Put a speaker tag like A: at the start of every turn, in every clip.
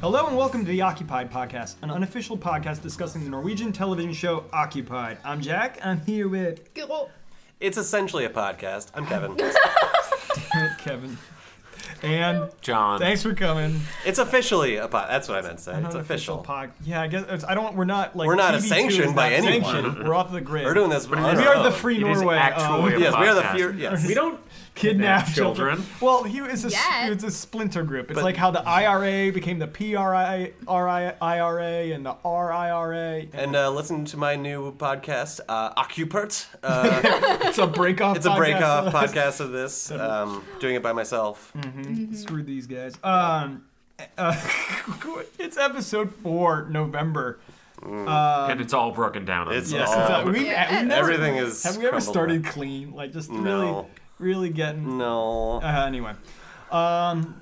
A: Hello and welcome to the Occupied Podcast, an unofficial podcast discussing the Norwegian television show Occupied. I'm Jack. I'm here with
B: It's essentially a podcast. I'm Kevin.
A: Kevin. And
C: John.
A: thanks for coming.
B: it's officially a pod. That's what I meant to say. It's
A: Unofficial
B: official.
A: pod- Yeah, I guess it's, I don't. We're not like
B: We're not
A: TV2 is
B: sanctioned
A: not
B: by anyone.
A: sanctioned. We're off the grid.
B: We're doing this. on
A: We
B: our
A: are the
B: own.
A: free
C: It is
A: Norway.
C: actually
A: um,
C: a
B: Yes, we are the
C: podcast.
B: few. Yes,
C: We don't
A: kidnap
C: kidnap
A: children.
C: children.
A: Well, he it's a
D: Yet.
A: it's a splinter group. It's like how the IRA became the PRI RIRA and the RIRA.
B: And uh, listen to my new podcast, uh, Occupert. Uh,
A: It's a break off.
B: it's a break off podcast of this. Um, doing it by myself.
A: Mm. Screw these guys. Um, uh, it's episode four, November.
C: and it's all broken down. on
B: Um, It's
C: the-
A: Yes,
B: all-
A: it's uh, we've,
D: Yeah.
A: we've never-
B: Everything is
A: Have we ever
B: crumbled
A: started clean? Like just really,
B: No. Mm.
A: really getting.
B: No.
A: Uh, anyway, um,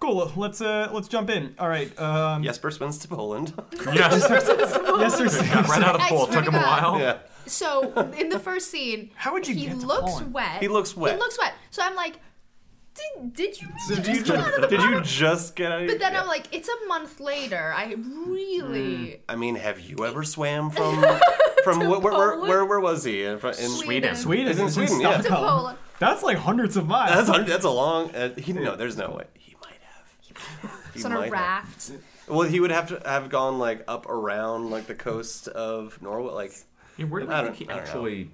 A: cool. Let's uh, let's jump in. All right. Um,
B: Jesper spins to Poland.
C: yes.
A: yes, sir.
C: right out of
D: I
C: the pool.
D: swear
C: Took
D: to
C: him a
D: God.
C: while.
B: yeah.
D: So in the first scene,
A: How would you
D: he
A: get to
D: looks
A: Poland?
D: wet.
B: He looks wet.
D: He looks wet. So I'm like, did, did you really
B: Did
D: just
B: you
D: get out of
B: just,
D: the
B: did
D: bottle?
B: you just get out? Of
D: But then
B: yeah. Mm.
D: I'm like, it's a month later. I really
B: I mean, have you ever swam from from where, where, where
D: Poland?
B: where where was he in, fr- in
C: Sweden.
A: Sweden.
B: It's in
A: it's
B: Sweden, yeah.
A: Stockholm.
D: To Poland.
A: That's like hundreds of miles.
B: That's a, that's a long. Uh, he, no, there's no way. He might have. He
D: It's on a
B: might have.
D: raft.
B: Well, he would have to have gone like up around like the coast of Norway. Like
C: Yeah, where do we
B: I
C: think
B: don't-
C: he
B: I don't know.
C: actually?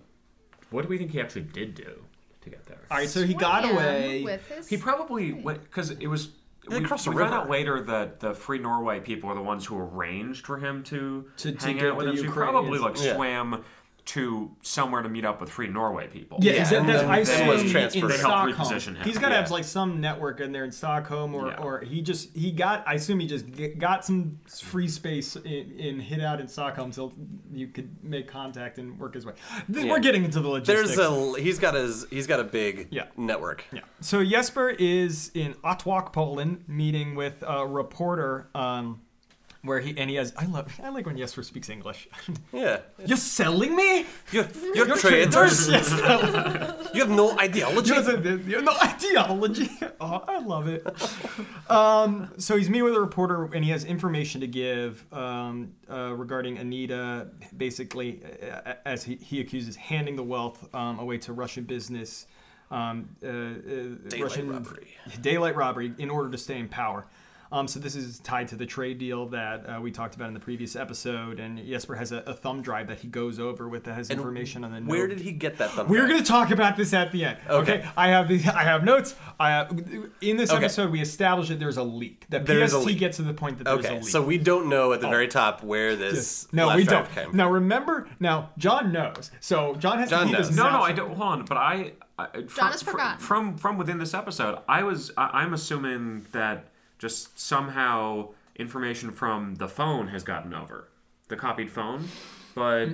C: What do we think he actually did do to get there?
A: All right, so he got
D: Swam
A: away.
D: With his...
C: He probably went because it was.
B: They
C: we
B: crossed a
C: we found
B: river.
C: out later that the Free Norway people are the ones who arranged for him to,
A: To- to
C: hang
A: get
C: out with
A: the
C: him. So he
A: Ukrainians.
C: probably like
B: Yeah.
C: swam to somewhere to meet up with Free Norway people.
A: Yeah, is that,
B: and
A: that's
B: then
A: I
B: they-
A: assume
B: was
A: in
B: transferred. They
C: helped
A: Stockholm.
C: reposition him.
A: He's got to
C: Yeah.
A: have like some network in there in Stockholm, or,
C: Yeah.
A: or he just he got. I assume he just g got some free space in, in hit out in Stockholm, so you could make contact and work his way. Th- We're
C: Yeah.
A: getting into the logistics.
B: there's a he's got his he's got a big
A: Yeah.
B: network.
A: yeah. So Jesper is in Otwock, Poland, meeting with a reporter. Um, where he and he has I love I like when Jesper speaks English.
B: Yeah,
A: You're selling me?
B: you're, you're, traitors.
A: Yes, that
B: you have no ideology.
A: Just the- the- no ideology. Oh, I love it. Um, so he's meeting with a reporter, and he has information to give um, uh, regarding Anita, basically, uh, as he, he accuses, handing the wealth um, away to Russian business, um, uh, uh,
B: Daylight
A: Russian
B: robbery.
A: daylight robbery, in order to stay in power. Um, so this is tied to the trade deal that uh, we talked about in the previous episode, and Jesper has a, a thumb drive that he goes over with that has information on the.
B: Where
A: note.
B: did he get that thumb?
A: We're
B: drive?
A: going to talk about this at the end. Okay.
B: Okay.
A: I have the I have notes. I have, in this
B: Okay.
A: episode we established that there's a leak. That
B: There is a
A: PST
B: leak.
A: gets to the point that there's a
B: Okay,
A: leak.
B: so we don't know at the very top where this
A: Yes. no,
B: flash
A: we
B: drive
A: don't.
B: came.
A: Now remember, now John knows. So John has
B: John
A: to keep his
B: knows.
C: No, no,
A: mouth
C: I
A: shut.
C: don't. Hold on, but I, I from,
D: has
C: fr-
D: forgotten.
C: From from within this episode, I was I, I'm assuming that just somehow information from the phone has gotten over the copied phone, but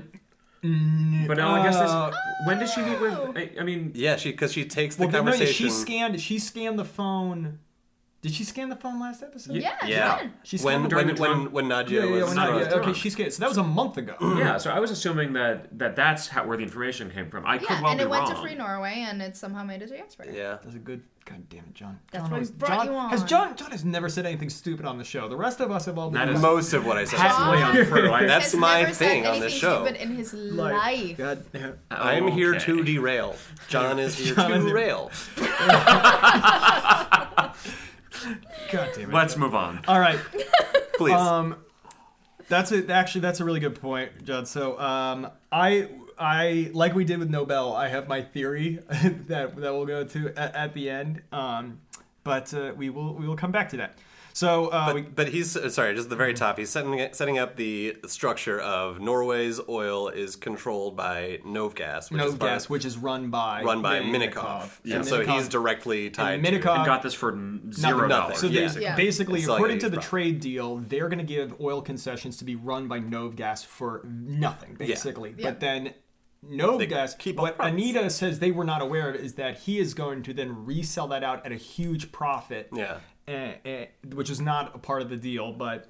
C: but no, I guess
A: uh,
C: this. When does she meet with?
D: Oh.
C: I, I mean,
B: Yeah, she because she takes the
A: Well, no, no,
B: conversation.
A: she scanned she scanned the phone. Did she scan the phone last episode?
D: Yeah.
B: yeah,
A: She's
B: when
A: kind of
B: when
C: during the
B: when
C: drunk-
B: when Nadia
A: Yeah, yeah, yeah,
B: was
A: when I-
C: not-
B: drunk.
A: yeah, okay,
C: drunk.
A: she scanned. So that was a month ago.
C: yeah. So I was assuming that that that's how, where the information came from. I could
D: Yeah,
C: well
D: and
C: be
D: it went
C: wrong.
D: to Free Norway, and it somehow made it to Jasper.
B: yeah.
A: That's a good. God damn it, John. John
D: That's why we
A: always-
D: brought
A: John-
D: you on.
A: Has John? John has never said anything stupid on the show. The rest of us have all been.
C: That is-
B: Most of what I said.
C: Patently untrue. I-
B: That's
D: Has
B: my
D: never said
B: thing on this
D: anything
B: show.
D: Stupid in his
A: like,
D: life.
A: God damn.
B: I'm here
C: Okay.
B: to derail. John is here
A: John is-
B: to rail.
A: God damn it.
C: Let's move on.
A: All right.
B: Please.
A: Um, that's a, actually that's a really good point, Judd. So um, I I like we did with Nobel. I have my theory that that we'll go to at, at the end. Um, but uh, we will we will come back to that. So uh, we,
B: But he's uh, sorry, just at the very top. He's setting it- setting up the structure of Norway's oil is controlled by Novgas, which is
A: no
B: part-
A: gas, which is run by
B: run by
A: Leonid
B: Minikov.
A: And
B: Yeah, so
A: Minikov-
B: he's directly tied.
A: and Minikov-
B: To,
C: And got this for n-
B: nothing.
C: zero dollars.
A: So
B: Yeah.
A: basically,
D: Yeah.
A: basically
B: It's like
A: according
B: a
A: to the
B: problem.
A: trade deal, they're going to give oil concessions to be run by Novgas for nothing, basically.
D: Yeah.
A: But then Novgas,
B: keep all
A: what
B: the profits.
A: Anita says they were not aware of is that he is going to then resell that out at a huge profit,
B: Yeah.
A: eh, eh, which is not a part of the deal, but.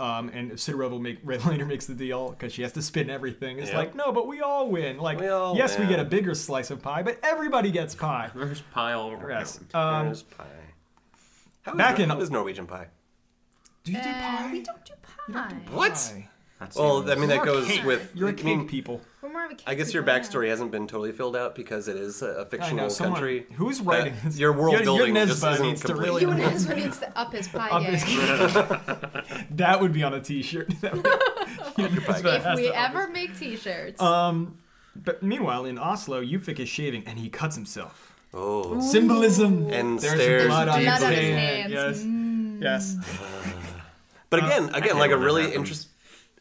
A: Um, and Sidorova make, later makes the deal because she has to spin everything. It's
B: Yeah.
A: like no, but we all win. Like
B: We all
A: yes, we
B: win.
A: get a bigger slice of pie, but everybody gets pie.
C: There's pile.
A: Yes.
C: around.
A: Um,
B: There's pie. How is
A: Back
B: Nor-
A: in-
B: how is Norwegian pie?
A: Do you do
D: Uh,
A: pie?
D: we don't do pie.
B: What?
A: Pie.
C: That's
B: Well, I mean that
A: You're a
B: goes
A: cake-
B: with.
A: You're a
B: I
A: cake
B: mean,
A: people.
D: We're more of a cake
B: I guess your
D: people, yeah.
B: backstory hasn't been totally filled out because it is a- a
A: I
B: fictional
A: know someone
B: country.
A: who's
B: that
A: writing this.
B: Your world
A: Your- your
B: building just
A: Nesba
B: isn't
A: needs to
B: complete.
A: really-
D: You and Ezra needs to up his pie
A: Up
D: game.
A: his- That would be on a T-shirt. That would- Your
B: pie.
A: husband
D: if
A: has
D: we
A: to-
D: ever make t-shirts.
A: Um, but meanwhile, in Oslo, Yufik is shaving and he cuts himself.
B: Oh,
A: Symbolism.
B: and
A: There's
B: stares
A: blood on
D: deeply.
A: his
D: Blood on his
A: hand.
D: hands. Mm.
A: Yes. Yes.
B: But again, again,
C: hate
B: like a
C: when that
B: really
C: happens.
B: interest,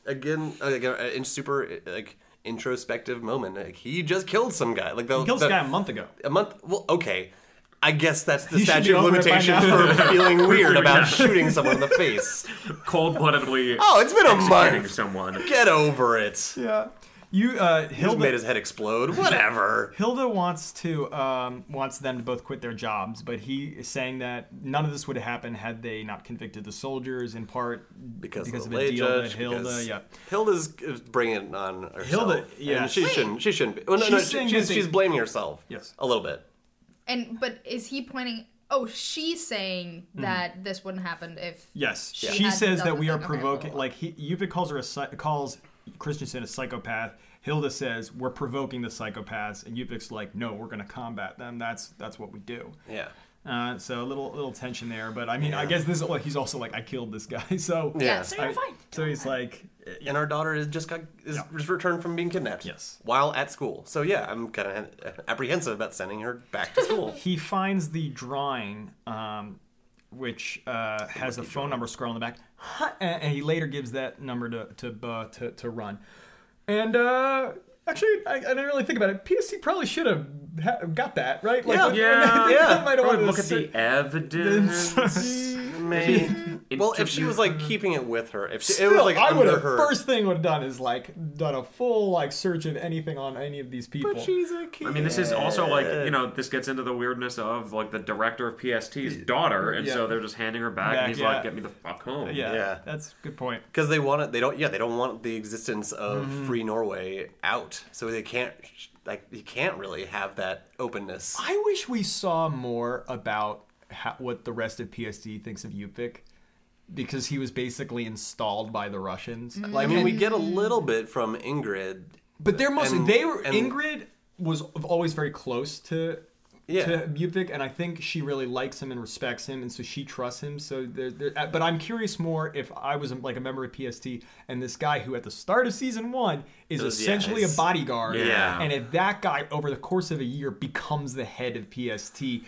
B: again, like a, a super like introspective moment. Like he just killed some guy. Like the,
A: He killed
B: the
A: this guy a month ago.
B: a month. Well, okay, I guess that's the
A: He should be
B: statute of
A: over it by
B: limitation for
A: now.
B: feeling weird about
C: yeah.
B: shooting someone in the face.
C: cold bloodedly
B: Oh, it's been a
C: executing
B: month.
C: someone.
B: Get over it.
A: Yeah. You uh,
B: He just
A: Hilda.
B: made his head explode. Whatever.
A: Hilda wants to um, wants them to both quit their jobs, but he is saying that none of this would have happened had they not convicted the soldiers. In part
B: Because,
A: because of
B: of the
A: a
B: lay
A: deal
B: judge.
A: that Hilda.
B: because
A: Yeah.
B: Hilda's is bringing it on herself.
A: Hilda- yeah.
B: and she
A: Wait.
B: shouldn't. She shouldn't be. Well, no,
A: She's
B: no,
A: saying
B: she, she's,
A: that they-
B: she's blaming herself.
A: Yes.
B: a little bit.
D: and but is he pointing? Oh, she's saying
A: Mm-hmm.
D: that this wouldn't happen if.
A: Yes,
D: She
A: she
D: had
A: says
D: done
A: that
D: the
A: we are
D: thing. Okay,
A: provoking.
D: well, well.
A: Like he, Yupik calls her a psy- calls Christensen a psychopath. Hilda says we're provoking the psychopaths, and Yupik's like, no, we're going to combat them. That's that's what we do.
B: Yeah.
A: Uh, so a little little tension there, but I mean, I guess this like he's also like I killed this guy, so
D: Yeah,
B: Yeah.
D: so you're
A: I-
D: fine.
A: so he's like,
B: and our daughter is just got is
A: Yeah.
B: just returned from being kidnapped.
A: Yes.
B: While at school, so yeah, I'm kind of apprehensive about sending her back to school.
A: he finds the drawing, um, which uh, has a phone number scroll on the back, and, and he later gives that number to to Ba to, to run. And uh, actually, I, I didn't really think about it. PSC probably should have ha- got that right. Like,
B: Yeah.
C: Yeah,
B: yeah.
A: might have
C: Probably
A: wanted
C: look
A: to
C: at the
A: sit-
C: evidence.
B: Maybe. well, if she was like keeping it with her, if she, it was
A: Still,
B: like
A: I would
B: under
A: have.
B: her.
A: First thing I would have done is like done a full like search of anything on any of these people.
B: But she's a kid.
C: I mean, this is also like you know this gets into the weirdness of like the director of PST's daughter, and
A: Yeah.
C: so they're just handing her back,
A: Back,
C: and he's
A: yeah.
C: like, "Get me the fuck home."
A: yeah,
B: Yeah.
A: that's a good point.
B: because they want it. They don't. Yeah, they don't want the existence of free Norway out. So they can't. Like you can't really have that openness.
A: I wish we saw more about how, what the rest of PSD thinks of Yupik because he was basically installed by the Russians. Like,
B: Mm. I mean, we get a little bit from Ingrid.
A: but they're mostly
B: and-
A: they were
B: and-
A: Ingrid was always very close to
B: Yeah.
A: to Yupik, and I think she really likes him and respects him, and so she trusts him. So, there, there, uh, but I'm curious more if I was um, like a member of PST and this guy who at the start of season one is
B: Those- yeah,
A: essentially
B: he's-
A: a bodyguard,
C: Yeah.
A: and if that guy over the course of a year becomes the head of PST,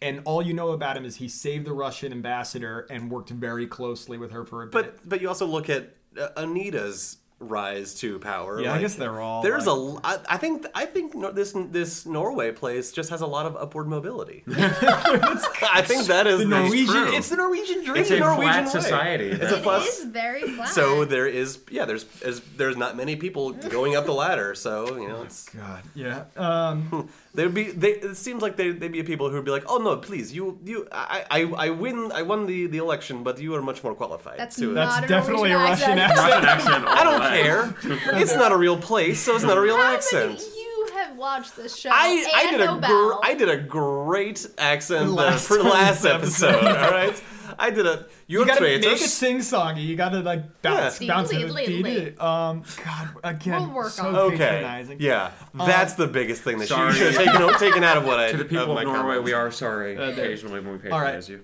A: and all you know about him is he saved the Russian ambassador and worked very closely with her for a bit.
B: But but you also look at uh, Anita's rise to power.
A: Yeah, I guess they're all,
B: There's
A: like-
B: a. l- I I think I think nor- this this Norway place just has a lot of upward mobility. I think that is
A: the Norwegian,
C: true.
A: it's the Norwegian dream.
C: it's a
B: Norwegian
C: flat
B: way.
C: society.
B: It's a
C: then.
D: It
B: plus-
D: is very flat.
B: So there is yeah there's there's- there's not many people going up the ladder. So you know it's
A: God, yeah. Um,
B: there'd be they it seems like there they'd be people who'd be like oh no please you you I I, I win I won the, the election but you are much more qualified.
D: That's
B: to,
D: not-
A: that's
D: an
A: definitely a
D: Norwegian
A: Russian accent.
D: accent.
C: Russian accent.
B: I don't
C: all the way.
B: care. It's not a real place, so it's not a real
D: How
B: accent.
D: many- you have watched this show.
B: I, I
D: and
B: did a gr-
D: Nobel.
B: I did a great accent
A: Last
B: the, for last
A: episode.
B: episode. all right, I did a. You're
A: You gotta make it
B: traitors.
A: sing songy. You gotta like bounce,
D: Yeah.
A: bounce
D: Dee,
A: it,
D: dee,
A: dee,
D: dee.
A: dee. Um, God, again,
D: We'll work
A: so
D: on it.
B: okay,
A: patronizing. Um,
B: yeah, that's the biggest thing that you
C: sorry.
B: should have taken, out- taken out of what I
C: To the
B: of
C: people
B: my
C: of Norway,
B: comments.
C: we are sorry
A: there.
C: occasionally when we
A: All right.
C: patronize you.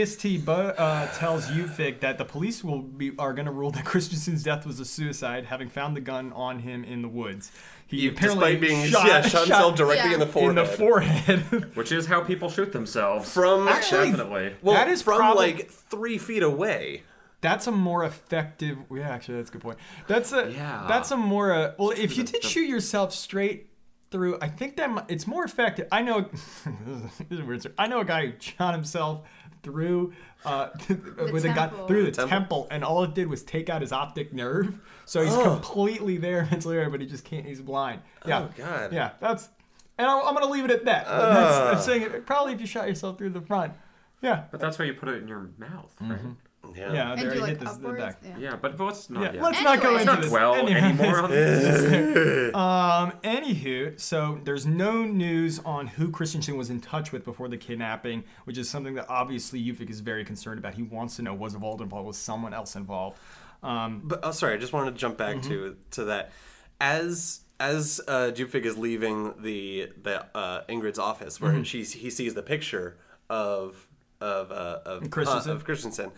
A: Uh, PST Bo, uh, tells Ufik that the police will be are going to rule that Christensen's death was a suicide, having found the gun on him in the woods. He
B: You-
A: apparently
B: despite being
A: shot,
B: yeah, shot himself directly
D: Yeah.
B: in the
D: In
B: forehead.
A: in the forehead.
C: Which is how people shoot themselves.
B: from
A: Actually,
C: Definitely.
B: well,
A: that is
B: from
A: probab-
B: like three feet away.
A: that's a more effective. Yeah, actually, that's a good point. That's a
C: Yeah.
A: that's a more. Uh, well, if you did shoot yourself straight through, I think that mi- it's more effective. I know this is a weird. story. I know a guy who shot himself through uh, with a gun
D: temple.
A: through the
B: temple.
A: temple. and all it did was take out his optic nerve. So he's completely there mentally, aware, but he just can't. He's blind. Yeah.
B: Oh, God.
A: Yeah, that's. And I'm, I'm gonna leave it at that. that's, I'm saying it, probably if you shot yourself through the front. Yeah,
C: But that's why you put it in your mouth, right?
B: Yeah.
A: Yeah,
D: And
A: there
D: do
A: you
D: like
A: hit this, the
D: upwards.
A: back.
D: Yeah.
C: Yeah, but let's not.
A: Yeah,
C: yet.
A: let's not go into
D: Anyway.
C: Let's not
A: this
C: dwell
A: Anyway.
C: anymore on this.
A: Um, anywho, so there's no news on who Christensen was in touch with before the kidnapping, which is something that obviously Yuvik is very concerned about. He wants to know was Evolde involved, was someone else involved? Um,
B: But oh, sorry, I just wanted to jump
A: Mm-hmm.
B: back to to that. As as uh, Jupfig is leaving the the uh, Ingrid's office,
A: Mm-hmm.
B: where she he sees the picture of of uh, of
A: Christensen.
B: uh, of Christensen,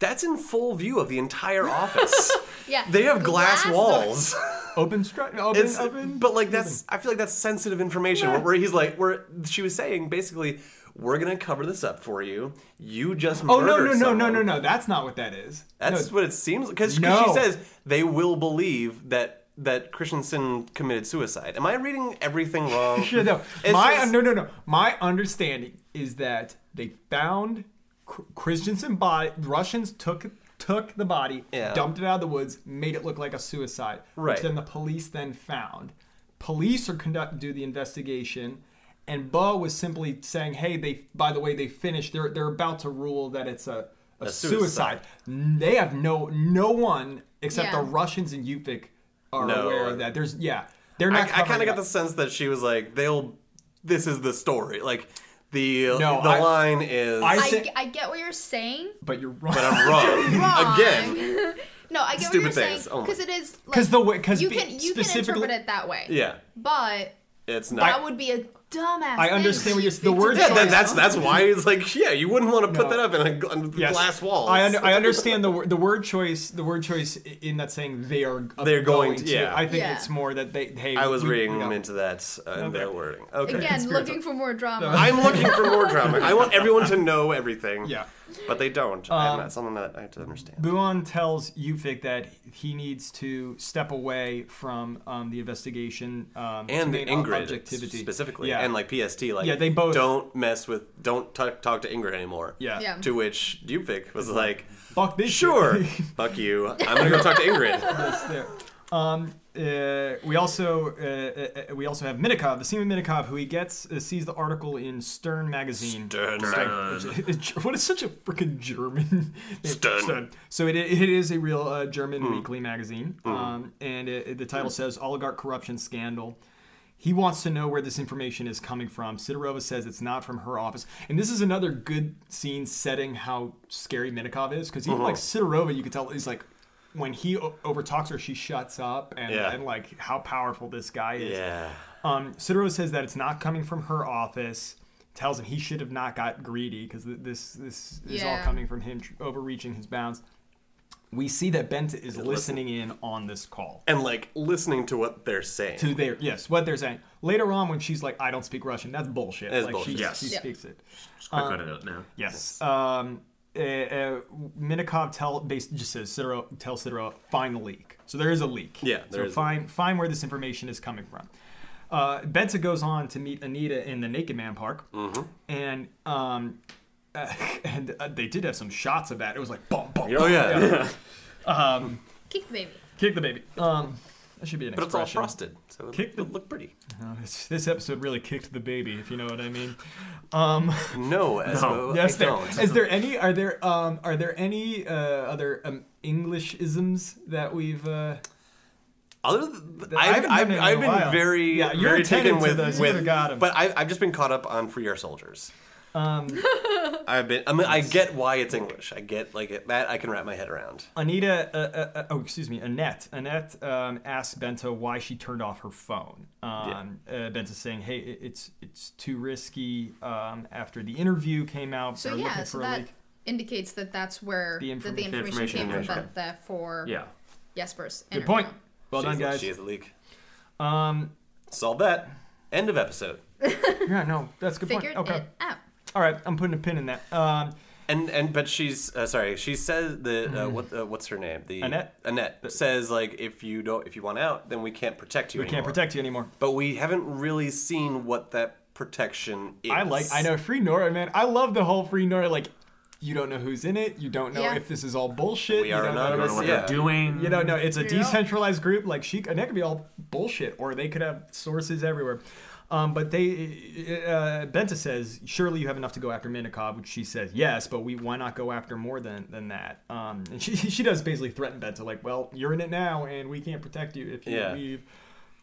B: that's in full view of the entire office.
D: Yeah.
B: they have glass,
D: Glass
B: walls.
A: open stri- open,
B: It's-
A: open.
B: but like that's I feel like that's sensitive information. Where, where he's like, where she was saying basically, we're gonna cover this up for you. You just
A: Oh no no no
B: murder
A: no
B: someone."
A: no no! That's not what that is.
B: That's what it seems because she
A: No.
B: says they will believe that that Christensen committed suicide. Am I reading everything wrong?
A: Yeah, no.
B: It's
A: My
B: just-
A: no no no. My understanding is that they found Kr- Christensen body. Russians took took the body,
B: Yeah.
A: dumped it out of the woods, made it look like a suicide.
B: Right.
A: Which then the police then found. Police are conduct do the investigation, and Bo was simply saying, "Hey, they by the way they finished. They're they're about to rule that it's a." A,
B: suicide.
A: suicide. They have no no one except
D: Yeah.
A: the Russians and Yupik are
B: No.
A: aware of that. There's yeah, they're
B: I,
A: not.
B: I kind
A: covering
B: of got
A: up.
B: the sense that she was like, "They'll. This is the story. Like the
A: No,
B: the
A: I-
B: line is.
A: I
D: I,
A: said-
D: g- I get what you're saying.
A: but you're wrong.
B: but I'm wrong,
D: Wrong.
B: again.
D: no, I get
B: Stupid
D: what you're saying
B: things oh only.
D: because it is
A: Because
D: like,
A: the way, because
D: you can you can interpret it that way.
B: Yeah,
D: But
B: it's
D: that
B: not.
D: would be a dumbass.
A: I
D: thing
A: understand what you're-
D: for you
A: the
D: to
A: word
D: do.
B: yeah,
A: choice.
B: that, that's that's why it's like yeah, you wouldn't want to
A: No.
B: put that up in a, gl- on
A: Yes.
B: glass wall.
A: I, under, I understand the wor- the word choice the word choice i- in that saying they are
B: They're going to-
A: to.
B: yeah.
A: I think
D: Yeah.
A: it's more that they hey
B: I was
A: we- we
B: reading
A: got-
B: into that uh, in their wording. Okay.
D: Again, looking for more drama.
B: I'm looking for more drama. I want everyone to know everything.
A: Yeah.
B: But they don't.
A: Um,
B: and that's something that I have to understand.
A: Buon tells Yufik that he needs to step away from um, the investigation um, to
B: And
A: maintain
B: Ingrid
A: objectivity
B: specifically,
A: Yeah,
B: and like PST, like
A: Yeah, they both-
B: don't mess with, don't talk, talk to Ingrid anymore.
A: yeah,
D: Yeah.
B: To which Dupik was like,
A: fuck this. shit.
B: "Sure, fuck you. I'm gonna go talk to Ingrid."
A: Yes, there. Um, uh, we also uh, uh, uh, we also have Minikov, the seaman Minikov, who he gets uh, sees the article in Stern magazine.
B: Stern.
A: what is such a freaking German name?
B: Stern.
A: So it, it is a real uh, German
B: Hmm.
A: weekly magazine, um, and it, it- the title says "Oligarch Corruption Scandal." He wants to know where this information is coming from. Sidorova says it's not from her office, and this is another good scene setting how scary Minikov is because even like
B: Uh-huh.
A: Sidorova, you could tell is like when he o- overtalks her, she shuts up, and,
B: Yeah.
A: and like how powerful this guy is.
B: yeah.
A: Um, Sidorov says that it's not coming from her office. Tells him he should have not got greedy because th- this this is all
D: Yeah.
A: coming from him tr- overreaching his bounds. We see that Bent is listening in on this call.
B: And like listening to what they're saying.
A: To their yes, what they're saying later on when she's like, "I don't speak Russian," that's bullshit.
B: That's
A: like
B: bullshit.
A: She,
C: Yes.
A: she
C: Yeah.
A: speaks it.
C: Just quick edit it now.
A: Yes. Um, uh, uh, Minikov tell based just says Sidorov tell Sidorov find the leak. So there is a leak.
B: Yeah, there
A: so
B: is a
A: find find where this information is coming from. Uh, Benta goes on to meet Anita in the Naked Man Park,
B: Mm-hmm.
A: and um, uh, and uh, they did have some shots of that. It was like bum bum.
B: Oh
A: bum.
B: yeah.
D: Kick the baby.
A: Kick the baby. Um, that should be an
B: But it's all
A: expression.
B: frosted, so it
A: Kick
B: would
A: the-
B: look pretty.
A: Uh, it's- this episode really kicked the baby, if you know what I mean. Um,
B: No, Espo,
A: Yes,
B: I
A: there.
B: don't.
A: Is there any? Are there? Um, are there any uh, other um, English isms that we've? Uh,
B: Other than,
A: I
B: I've,
A: haven't
B: I've,
A: done it in a
B: I've been
A: while.
B: very,
A: Yeah, you're
B: very
A: attentive
B: taken
A: to
B: with,
A: those. You
B: with
A: would've got 'em.
B: but I've, I've just been caught up on Free Our Soldiers.
A: um,
B: I've been, I mean, I get why it's English. I get, like, it- that I can wrap my head around.
A: Anita. Uh, uh, uh, oh, excuse me. Annette. Annette um, asked Benta why she turned off her phone. Um, uh, Benta's saying, "Hey, it, it's it's too risky." Um, after the interview came out,
D: So
A: they're
D: yeah,
A: looking
D: so
A: for a
D: that
A: leak.
D: indicates that that's where
A: The
D: that
A: informa-
D: the
A: The
D: information,
C: information
D: came
C: was
D: from.
C: right.
D: But therefore,
C: Yeah.
D: Jesper's
A: Good
D: interview.
A: point. Well
B: She's
A: done,
B: the-
A: guys.
B: She is the leak.
A: Um,
B: Solve that. End of episode.
A: yeah, no, that's a good
D: Figured
A: point. Okay,
D: it out.
A: all right, I'm putting a pin in that. Um,
B: And and but she's uh, sorry. She says the uh, what uh, what's her name? The
A: Hmm. Annette?
B: Annette says like if you don't if you want out, then we can't protect you.
A: we can't protect you anymore.
B: But we haven't really seen what that protection is.
A: I like. I know free Nora, man. I love the whole free Nora. Like, you don't know who's in it. You don't know
D: Yeah.
A: if this is all bullshit.
B: We
A: you
B: are
A: don't know
C: I don't
B: anonymous,
C: know
A: this-
C: what
B: yeah.
C: they're doing.
A: You don't know. It's a
D: Yeah.
A: decentralized group. Like she, and that could be all bullshit, or they could have sources everywhere. Um, but they, uh, Benta says, surely you have enough to go after Minikov, which she says, yes, but we why not go after more than than that? Um, and she she does basically threaten Benta, like, well, you're in it now, and we can't protect you if you
B: Yeah.
A: leave,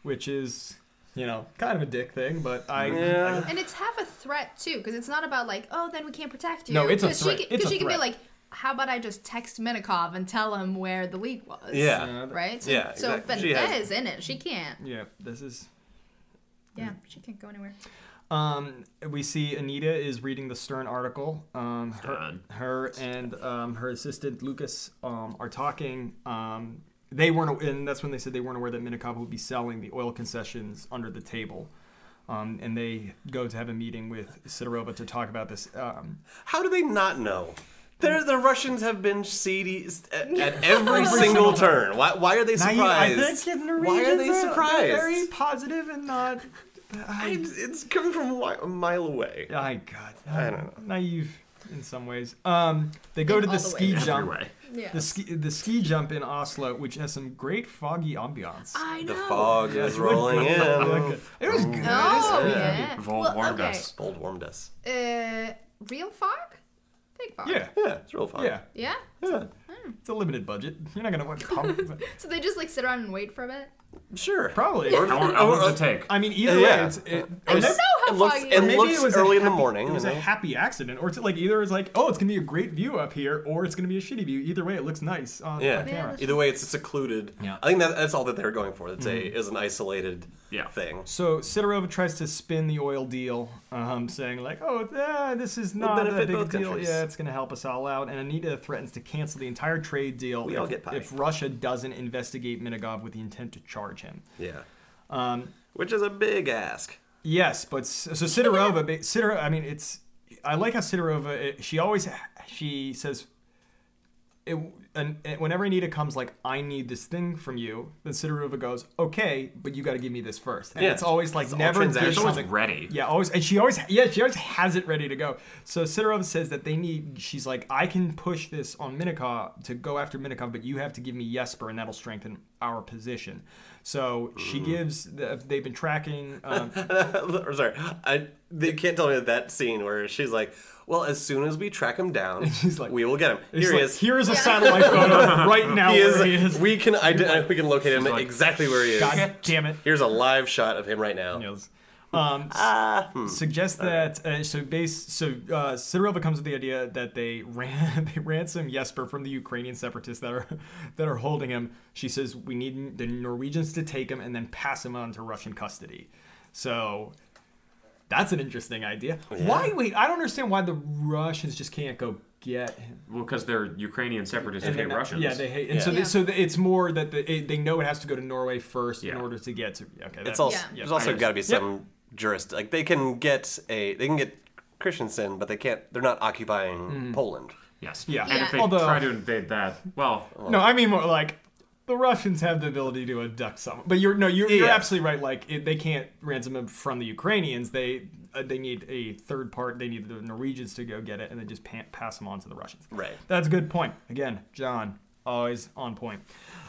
A: which is. You know, kind of a dick thing, but I,
B: Yeah.
A: I
D: And it's half a threat too, because it's not about like, oh, then we can't protect you.
A: No, it's a
D: 'Cause
A: threat.
D: She,
A: It's
D: because
A: a
D: she
A: threat.
D: can be like, how about I just text Minikov and tell him where the leak was?
B: Yeah.
A: Yeah, that-
D: Right. So,
B: Yeah,
D: So,
B: exactly.
D: but
B: She
D: that
B: has-
D: is in it. She can't.
A: yeah, this is
D: Yeah, she can't go anywhere.
A: Um, we see Anita is reading the Stern article. Um, her,
C: Stern.
A: her and um, her assistant Lucas um, are talking. Um, they weren't, and that's when they said they weren't aware that Minikov would be selling the oil concessions under the table. Um, and they go to have a meeting with Sidorova to talk about this. Um,
B: How do they not know? They're, the Russians have been seedy s- at, at every single turn. Why, why are they surprised? why are they surprised?
A: Very positive and not.
B: I- it's coming from a wi- a mile away.
A: I God,
B: I don't
A: naive in some ways. Um, they go
D: In
A: to the
D: all the
A: ski
D: ways.
A: jump.
C: Everyway.
D: Yeah.
A: The ski, the ski jump in Oslo, which has some great foggy ambiance.
D: I know.
B: The fog is rolling in.
A: I like it. It uh, was good.
D: Oh
B: Yeah.
D: yeah.
C: Vol
D: Well,
C: warned
D: okay.
C: us.
B: Old warmed us.
D: Uh, real fog? Fake fog.
A: Yeah,
B: Yeah, it's real fun.
A: yeah.
D: Yeah.
B: yeah.
A: It's a limited budget. You're not gonna watch pump,
D: So they just like sit around and wait for a bit.
B: Sure.
A: probably.
C: How long, how long does it take?
A: Oh, I mean, either
B: Yeah. Oh.
A: way, it's it.
D: I
A: or
D: know
A: maybe-
D: how
B: it looks-
D: foggy
B: it
D: is.
A: maybe
B: looks
A: it was
B: early
A: a
B: in the
A: happy-
B: morning,
A: It was
B: you
A: a
B: know?
A: happy accident, or it's like either it's like, oh, it's gonna be a great view up here, or it's gonna be a shitty view. Either way, it looks nice on,
B: Yeah.
A: on camera.
B: Either way, it's a secluded.
A: Yeah. Mm-hmm.
B: I think that, that's all that they're going for. It's a is an isolated
C: Yeah.
B: thing.
A: So Sidorova tries to spin the oil deal, um, saying like, "Oh, eh, this is not
B: benefit
A: that big a
B: both
A: deal.
B: countries.
A: Yeah, it's going to help us all out." And Anita threatens to cancel the entire trade deal
B: We
A: if,
B: all get pie.
A: if Russia doesn't investigate Minigov with the intent to charge him.
B: Yeah.
A: Um,
B: Which is a big ask.
A: yes, but s- so Sidorova, ba- Sidorova. I mean, it's I like how Sidorova. It, she always she says. It, and, and whenever Anita comes, like I need this thing from you, then Sidorova goes, "Okay, but you got to give me this first. And
B: Yeah.
A: it's always like
B: It's all
A: never give
B: transactional.
C: It's always
A: something
C: ready.
A: yeah, always, and she always, yeah, she always has it ready to go. So Sidorov says that they need. She's like, I can push this on Minikov to go after Minikov, but you have to give me Jesper, and that'll strengthen our position. So she gives. The, they've been tracking. Um,
B: I'm sorry. I you can't tell me that, that scene where she's like, "Well, as soon as we track him down,
A: She's like-
B: we will get him.
A: it's
B: Here he
A: like,
B: is.
A: Here is a satellite photo right now.
B: he is.
A: where he is.
B: We can ident- we can locate him
C: like,
B: exactly where he is.
A: God damn it.
B: Here's a live shot of him right now. Hmm.
A: Yes. Um, s- Suggest that uh, so base so uh, Sidorova comes with the idea that they ran they ransom Jesper from the Ukrainian separatists that are that are holding him. She says we need the Norwegians to take him and then pass him on to Russian custody. So that's an interesting idea. Why wait? I don't understand why the Russians just can't go get him.
C: Well, because they're Ukrainian separatists who
A: And
C: hate
A: they're not-
C: Russians.
A: Yeah, they hate. And so
B: Yeah.
A: they, so the, it's more that the, it, they know it has to go to Norway first in
C: Yeah.
A: order to get to. Okay,
B: It's
A: that-
B: also
D: Yeah.
B: there's also
C: I-
B: got to be some jurist like they can get a they can get Christensen, but they can't. They're not occupying
A: Hmm.
B: Poland.
C: Yes.
A: Yeah.
C: And
D: Yeah.
C: if they
A: Although-
C: try to invade that, well,
A: No, I mean more like the Russians have the ability to abduct someone. But you're no, you're, you're
B: Yeah.
A: absolutely right. Like it, they can't ransom it from the Ukrainians. They uh, they need a third part. They need the Norwegians to go get it, and then just pa- pass them on to the Russians.
B: Right.
A: That's a good point. Again, John always on point.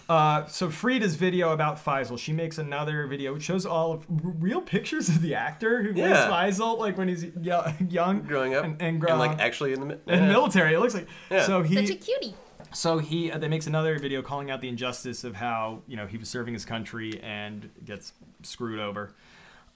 A: Uh, so Frida's video about Faisal, she makes another video which shows all of r- real pictures of the actor who plays
B: Yeah.
A: Faisal, like when he's yo- young,
B: Growing up
A: and, and, grow-
B: and like actually in the mi- eh,
A: and
B: yeah.
A: military. It looks like
B: Yeah.
A: so he
D: Such a cutie.
A: so he uh, they makes another video calling out the injustice of how you know he was serving his country and gets screwed over.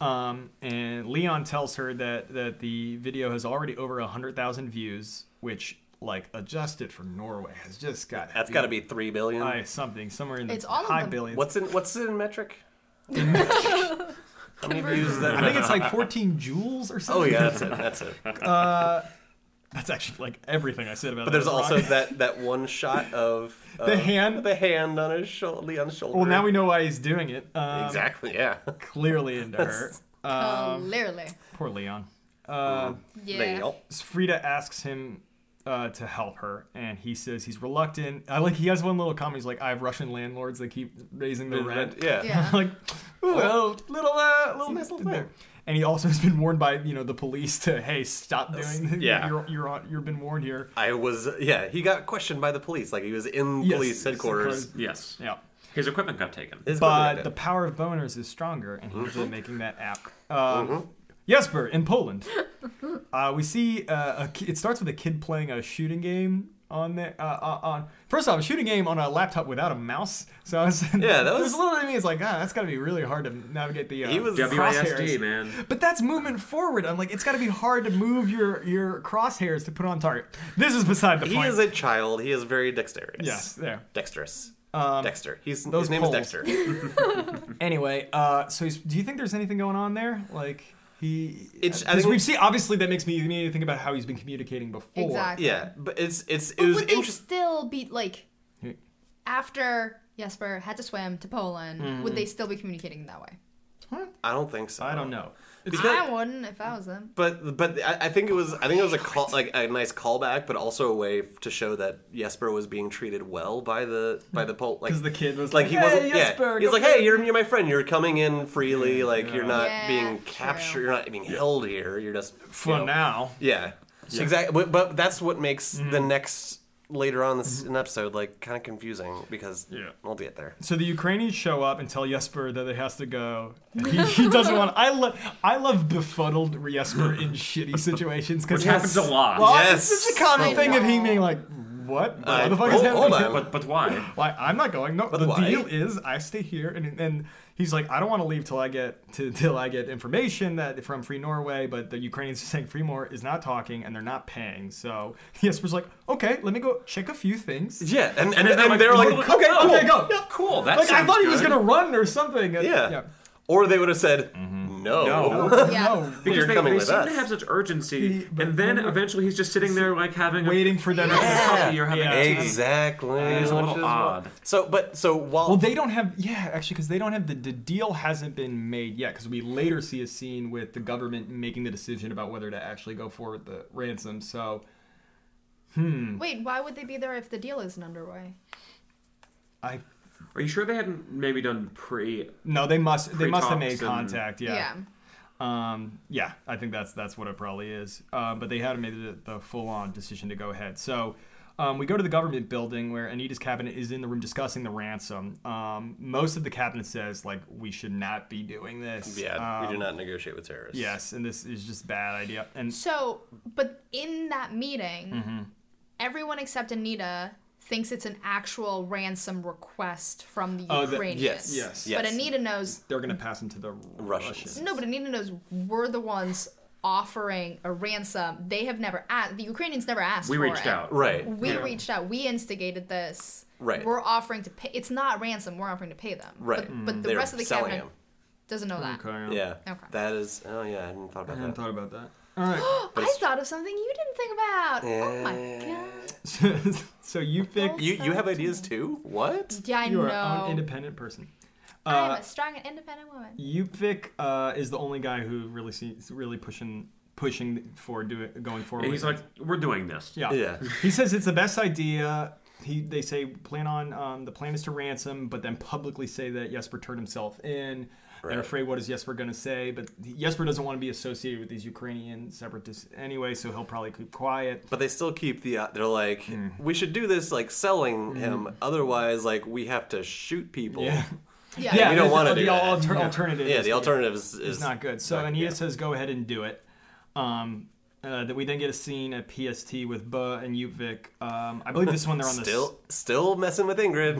A: Um, and Leon tells her that that the video has already over hundred thousand views, which like adjusted for Norway has just got
B: That's got to be three billion.
A: high something somewhere in the
D: It's all of
A: high
D: them.
A: billions.
B: What's in what's in metric? How many views is
A: I
B: that?
A: think it's like fourteen joules or
B: Oh
A: something.
B: yeah, that's it. That's it. But
A: that's actually like everything I said about. But
B: there's also that that one shot of uh,
A: The hand?
B: the hand on his shoulder, Leon's shoulder.
A: Well, now we know why he's doing it. Um,
B: exactly yeah.
A: Clearly into her.
B: Um,
D: Clearly.
A: Poor Leon. Uh,
D: Oh, Yeah.
B: Yep.
A: Frida asks him uh, to help her, and he says he's reluctant. I like he has one little comment. He's like, "I have Russian landlords that keep raising the rent."
B: Yeah.
D: Yeah.
A: like, ooh, oh, little, uh, little
B: nice
A: missile
B: little
A: there. And he also has been warned by you know the police to hey stop doing this.
B: yeah.
A: you're you're on, you've been warned here.
B: I was yeah. He got questioned by the police. Like he was in
A: Yes,
B: police
A: yes,
B: headquarters.
A: headquarters.
C: yes.
A: Yeah.
C: his equipment got taken.
B: It's
A: but
B: really
A: the
B: good.
A: power of boners is stronger, and he's
B: Mm-hmm.
A: been making that app. Um, Jesper in Poland. Uh, we see uh, a, ki- it starts with a kid playing a shooting game on there. Uh, uh, on first off, a shooting game on a laptop without a mouse. So I was
B: Yeah, that
A: there's
B: was-
A: literally me. It's like ah, that's got to be really hard to navigate the. Uh,
B: He was-
C: WISD,
A: crosshairs.
C: man.
A: But that's movement forward. I'm like, it's got to be hard to move your your crosshairs to put on target. This is beside the
B: he
A: point.
B: is a child. He is very dexterous.
A: yes, there.
B: Dexterous.
A: Um,
B: Dexter. He's,
A: those
B: his name
A: poles.
B: is Dexter.
A: Anyway, uh, so he's, do you think there's anything going on there? Like he,
B: It's- I
A: because
B: think-
A: we've seen obviously that makes me you need to think about how he's been communicating before.
D: Exactly.
B: Yeah, but it's it's it
D: But
B: was
D: would they
B: interesting.
D: still be like
A: Yeah.
D: after Jesper had to swim to Poland? Would
B: Mm.
D: they still be communicating that way?
B: I don't think so.
A: I don't know.
B: Because-
D: I wouldn't if I was them.
B: But but I, I think it was I think it was a call like a nice callback, but also a way to show that Jesper was being treated well by the by the pol like
A: 'Cause the kid was like,
B: he
A: "Hey,
B: wasn't
A: Jesper,
B: yeah he's
A: go
B: like
A: play."
B: hey you're, you're my friend you're coming in freely like you're not
D: Yeah,
B: being
D: true.
B: captured you're not being held here you're just
A: For
B: you know."
A: now,
B: yeah, exactly but, but that's what makes the next later on this an episode like kind of confusing because
A: Yeah.
B: we'll get there
A: so the Ukrainians show up and tell Jesper that he has to go. He, he doesn't want. I love I love befuddled Jesper in shitty situations because
C: Which happens a lot.
A: Well, it's
B: Yes. Uh,
A: such a common
D: I
A: thing of him
D: know.
A: being like, "What? What the fuck is
B: hold-
A: happening?"
B: hold
A: here?"
B: on.
C: But but why?
A: Why I'm not going. No, the
B: why?
A: deal is I stay here, and and he's like, I don't want to leave till I get to, till I get information that from Free Norway, but the Ukrainians are saying Free More is not talking and they're not paying. So Jesper's like, okay, let me go check a few things.
B: yeah and and,
C: then
B: and
C: I'm
B: they're like,
A: like,
B: okay
A: "Oh,
B: cool
A: okay, go."
C: Yeah, cool. That
A: Like I
C: sounds
A: thought he was
C: good.
A: gonna run or something. And-
B: yeah. or they would have said
C: No.
D: Yeah.
A: No.
C: Because
B: You're
C: they,
B: coming
C: they
B: with
C: seem to
B: us.
C: have such urgency,
A: He- but
C: and then
A: remember-
C: eventually he's just sitting there like having a,
A: Waiting for them. to-
C: having a coffee or having
A: Yeah.
C: a tea.
B: Exactly.
C: It is a little
B: Which
C: odd.
B: So, but so while
A: Well, they don't have yeah, actually, because they don't have the, the deal hasn't been made yet. Because we later see a scene with the government making the decision about whether to actually go forward with the ransom. So
B: Mm.
D: Wait, why would they be there if the deal isn't underway?
A: I
C: Are you sure they hadn't maybe done pre?
A: No, they must. They must have made
C: Pre-talks and-
A: contact. Yeah. Yeah. Um, yeah. I think that's that's what it probably is. Um, but they hadn't made the, the full on decision to go ahead. So um, we go to the government building where Anita's cabinet is in the room discussing the ransom. Um, most of the cabinet says like we should not be doing this.
B: yeah, we do
A: Um,
B: not negotiate with terrorists.
A: Yes, and this is just a bad idea. And
D: So, but in that meeting,
B: Mm-hmm.
D: everyone except Anita thinks it's an actual ransom request from the
A: Oh, the-
D: Ukrainians.
B: yes, yes,
D: But
B: yes.
D: Anita knows
A: they're gonna pass them to the
B: Russians.
A: Russians.
D: no, but Anita knows we're the ones offering a ransom. They have never asked. The Ukrainians never asked.
C: We
D: for
C: reached
D: it.
C: out.
B: Right.
D: We reached out. We instigated this.
B: Right.
D: We're offering to pay. It's not ransom. We're offering to pay them.
B: Right.
D: But, but the
B: They're
D: rest of the
B: selling
D: cabinet
B: him.
D: doesn't know that.
A: Okay.
B: Yeah.
D: Okay.
B: That is. Oh yeah, I hadn't thought
A: I
B: about
A: hadn't
B: that.
A: thought about that. All right.
B: But
D: I
B: it's-
D: thought of something you didn't think about. Oh my
B: Yeah.
D: god.
A: so, so you pick.
B: you you have ideas too? What?
D: Yeah, I
A: You are
D: know.
A: an uh, independent person.
D: I am a strong and independent woman.
A: Yupvik uh, is the only guy who really sees really pushing pushing for doing going forward.
C: And he's like, we're doing this.
A: yeah,
B: Yeah.
A: He says it's the best idea. He they say plan on um, the plan is to ransom, but then publicly say that Jesper turned himself in.
B: Right.
A: They're afraid what is Jesper going to say, but Jesper doesn't want to be associated with these Ukrainian separatists anyway, so he'll probably keep quiet.
B: But they still keep the. Uh, they're like,
A: Hmm.
B: we should do this like selling him. Otherwise, like we have to shoot people.
A: Yeah.
D: Yeah.
B: we don't
A: the-
B: wanna
A: the,
B: do
A: the
B: that.
A: alter-
B: Yeah.
A: alternative.
B: Yeah,
A: is
B: the
A: to-
B: alternative is, is
A: It's not good. So
B: not-
A: Anita
B: yeah.
A: says, "Go ahead and do it." Um, uh, that we then get a scene at PST with Buh and Yupvik. Um, I believe this one they're on the s-
B: still still messing with Ingrid.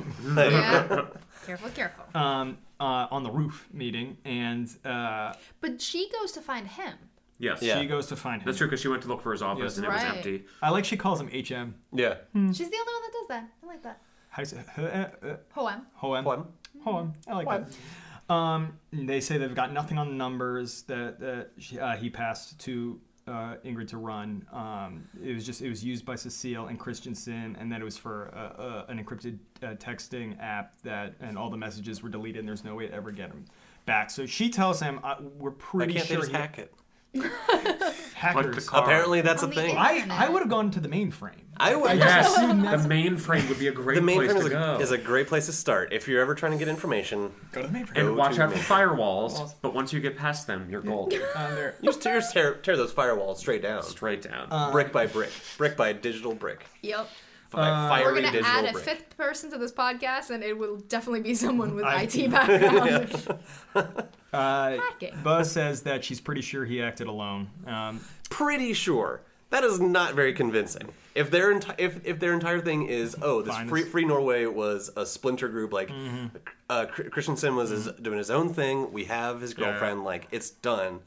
D: Yeah. careful, careful.
A: um, uh, on the roof meeting, and uh,
D: But she goes to find him.
C: Yes.
B: Yeah.
A: she goes to find him.
C: That's true because she went to look for his office and it was
D: Right.
C: empty.
A: I like she calls him HM.
B: yeah.
D: She's the only one that does that. I like that.
A: How you say- uh, uh,
D: Hoem.
A: Hoem.
B: One.
A: Hoem. I like that. Um, they say they've got nothing on the numbers that, that she, uh, he passed to uh, Ingrid to run. Um, it was just it was used by Cecile and Christensen, and that it was for uh, uh, an encrypted uh, texting app that, and all the messages were deleted, and there's no way to ever get them back. So she tells him, uh, "We're
B: Why
A: pretty
B: can't they
A: sure
B: just
A: he-
B: hack it?
C: Like the
A: hackers."
C: car.
B: Apparently, that's
D: On
B: a
D: the
B: thing.
D: internet.
A: I I would have gone to the mainframe.
B: I would.
C: Yes. the mainframe would be a great
B: The main
C: place
B: thing
C: to
B: is
C: go.
B: a, is a great place to start if you're ever trying to get information.
A: Go to the mainframe.
C: and
B: go
C: watch
B: to
C: out for
B: me.
C: firewalls. But once you get past them, you're golden.
A: Uh, there.
B: You just tear, tear, tear those firewalls straight down,
C: Straight down.
B: brick by brick, brick by digital brick.
D: Yep.
B: Fi-
D: Uh, We're
B: fiery
D: gonna
B: digital
D: add a
B: brick.
D: fifth person to this podcast, and it will definitely be someone with
A: I-
D: IT background.
A: Uh,
D: Hacking.
A: Buzz says that she's pretty sure he acted alone. Um,
B: Pretty sure. That is not very convincing. If their enti- if, if their entire thing is oh this
A: Fine.
B: free free Norway was a splinter group like uh, Chr- Christensen was his, doing his own thing we have his girlfriend like it's done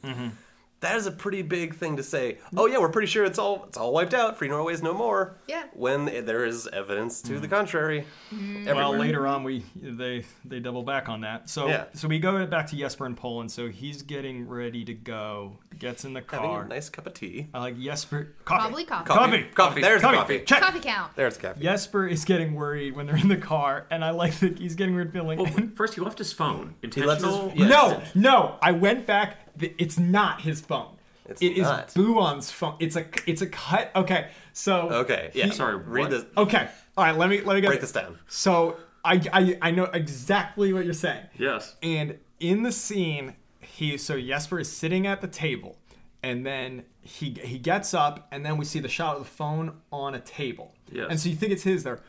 B: That is a pretty big thing to say oh yeah we're pretty sure it's all it's all wiped out free Norway is no more
D: Yeah.
B: when i- there is evidence to the contrary
A: well,
B: Everywhere.
A: later on, we they they double back on that. So
B: Yeah.
A: so we go back to Jesper in Poland. So he's getting ready to go. Gets in the
B: having
A: car.
B: a nice cup of tea
A: I like Jesper. Coffee.
D: Probably coffee.
A: Uh, Coffee.
B: coffee, there's the coffee
A: Check.
D: Coffee count.
B: there's the coffee
A: Jesper is getting worried when they're in the car, and I like that he's getting weird feeling.
C: Well, first, he left his phone.
B: left his-
C: Intentional.
B: yeah.
A: No, no. I went back. Th- It's not his phone.
B: It's
A: It is
B: not.
A: Buon's phone. It's a it's a cut. Okay, so
B: okay yeah
A: he-
C: Sorry,
B: read
C: what?
B: this
A: Okay, all right. Let me let me go.
B: break this down
A: So I, I I know exactly what you're saying.
C: Yes.
A: And in the scene, he so Jesper is sitting at the table, and then he he gets up, and then we see the shot of the phone on a table.
C: Yes.
A: And so you think it's his there.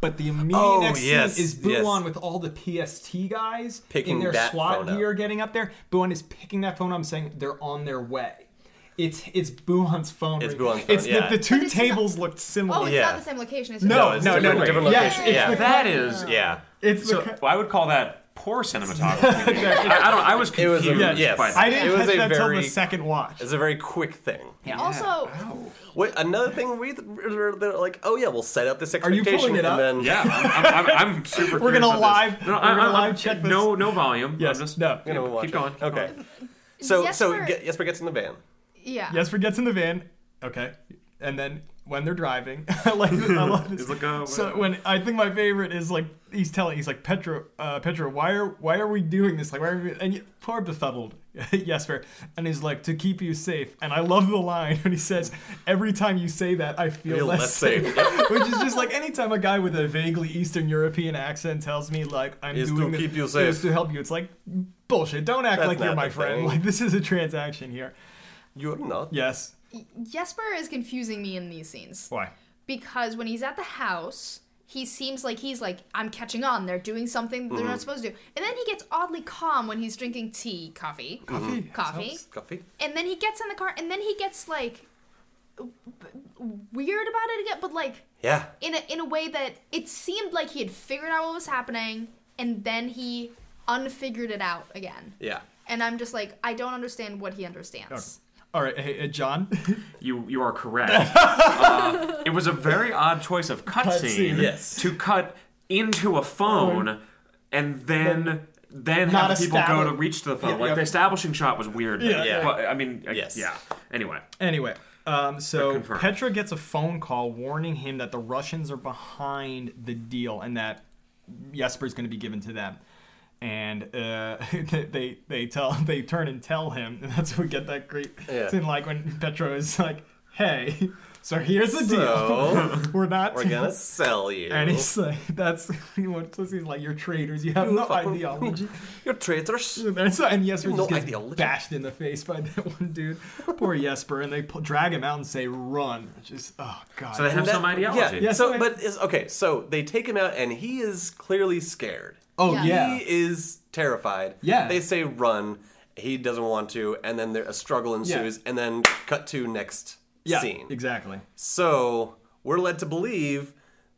A: But the immediate
B: Oh,
A: next
B: yes,
A: scene is
B: yes.
A: Buon with all the PST guys
B: Picking
A: in their
B: that
A: SWAT
B: phone up.
A: gear getting up there. Buon is picking that phone up and saying they're on their way. It's it's Buon's phone.
B: It's
A: ringing.
B: Buon's phone,
A: It's the-
B: yeah.
A: the, two
D: But it's
A: tables looked
D: Oh,
A: similar.
D: it's
B: Yeah.
D: not the same location. It's
A: No,
B: it's
A: no, no,
B: different
A: no.
B: location.
A: Yes,
B: Yeah.
A: it's
B: Yeah.
A: the
C: That is.
B: yeah
A: It's the
C: So
A: cut-
C: I would call that poor cinematography. I, I don't. I was
B: It was
C: confused.
B: a- yes.
C: by that.
A: I didn't
B: It was
A: catch
B: a
A: that until the
B: very-
A: second watch.
B: it's a very quick thing
D: Also,
B: Wait, another thing we they're like, oh yeah, we'll set up this
A: you
B: expectation.
A: pulling it
B: and
A: up?
B: Then,
C: Yeah, I'm, I'm, I'm super.
A: We're gonna
C: curious
A: live-
C: about this. No,
A: we're
C: I'm,
A: gonna
C: I'm-
A: live
C: I'm-
A: check
C: No, no volume.
A: Yes,
C: I'm just,
A: no.
B: You know, we'll watch
C: keep going.
B: it.
C: keep
B: okay.
C: going.
B: So so
D: Jesper-
B: Ge- Jesper gets in the van.
D: yeah.
A: Jesper gets in the van. Okay. And then when they're driving, I like I love this.
C: He's like, oh,
A: so
C: whatever.
A: when I think my favorite is like he's telling he's like Petro uh, Petro why are why are we doing this like why are we and you- poor befuddled Jesper and he's like to keep you safe and I love the line when he says every time you say that I feel,
B: Feel
A: less,
B: less safe.
A: safe which is just like anytime a guy with a vaguely Eastern European accent tells me like I'm
B: Is to
A: doing this
B: keep you
A: is
B: safe.
A: to help you it's like bullshit don't act
B: That's
A: like you're
B: not
A: my
B: the
A: friend
B: thing.
A: like this is a transaction here
B: You're not.
A: yes
D: Jesper is confusing me in these scenes.
A: why
D: because when he's at the house, he seems like he's like, I'm catching on. They're doing something they're
B: Mm-hmm.
D: not supposed to do. And then he gets oddly calm when he's drinking tea, coffee.
A: coffee
B: Mm-hmm.
D: Coffee.
B: Coffee.
D: And then he gets in the car and then he gets like w- w- weird about it again, but like
B: Yeah.
D: in a, in a way that it seemed like he had figured out what was happening and then he unfigured it out again.
B: Yeah.
D: And I'm just like, I don't understand what he understands.
A: All right, hey, uh, John.
C: You you are correct. Uh, it was a very odd choice of
A: Cutscene.
C: cutscene
B: Yes.
C: to cut into a phone and then then
A: Not
C: have the people go
A: established.
C: to reach to the phone.
A: Yeah,
C: like
A: yeah.
C: the establishing shot was weird.
A: Yeah,
B: yeah.
C: But, I mean, I-
B: Yes.
C: yeah. Anyway,
A: anyway, um, so
C: Confirmed.
A: Petra gets a phone call warning him that the Russians are behind the deal and that Jesper is going to be given to them. And uh, they they tell they turn and tell him, and that's where we get that great.
B: Yeah.
A: It's in like when Petra is like, "Hey, so here's the
B: So
A: deal. We're not
B: we're gonna sell you.
A: And he's like, "That's he wants to see like you're traitors. You have no ideology."
B: You're traitors.
A: And, so, and Jesper
B: No
A: just gets
B: ideology.
A: bashed in the face by that one dude. Poor Jesper, and they pull, drag him out and say, "Run!" Which is oh god.
C: so they have
B: That-
C: some ideology.
B: Yeah.
A: Yes,
B: so,
A: I-
B: but is okay. So they take him out, and he is clearly scared.
A: oh
D: Yeah.
A: yeah.
B: He is terrified.
A: Yeah.
B: They say run. He doesn't want to, and then there, a struggle ensues, and then cut to next
A: yeah,
B: scene.
A: exactly.
B: So we're led to believe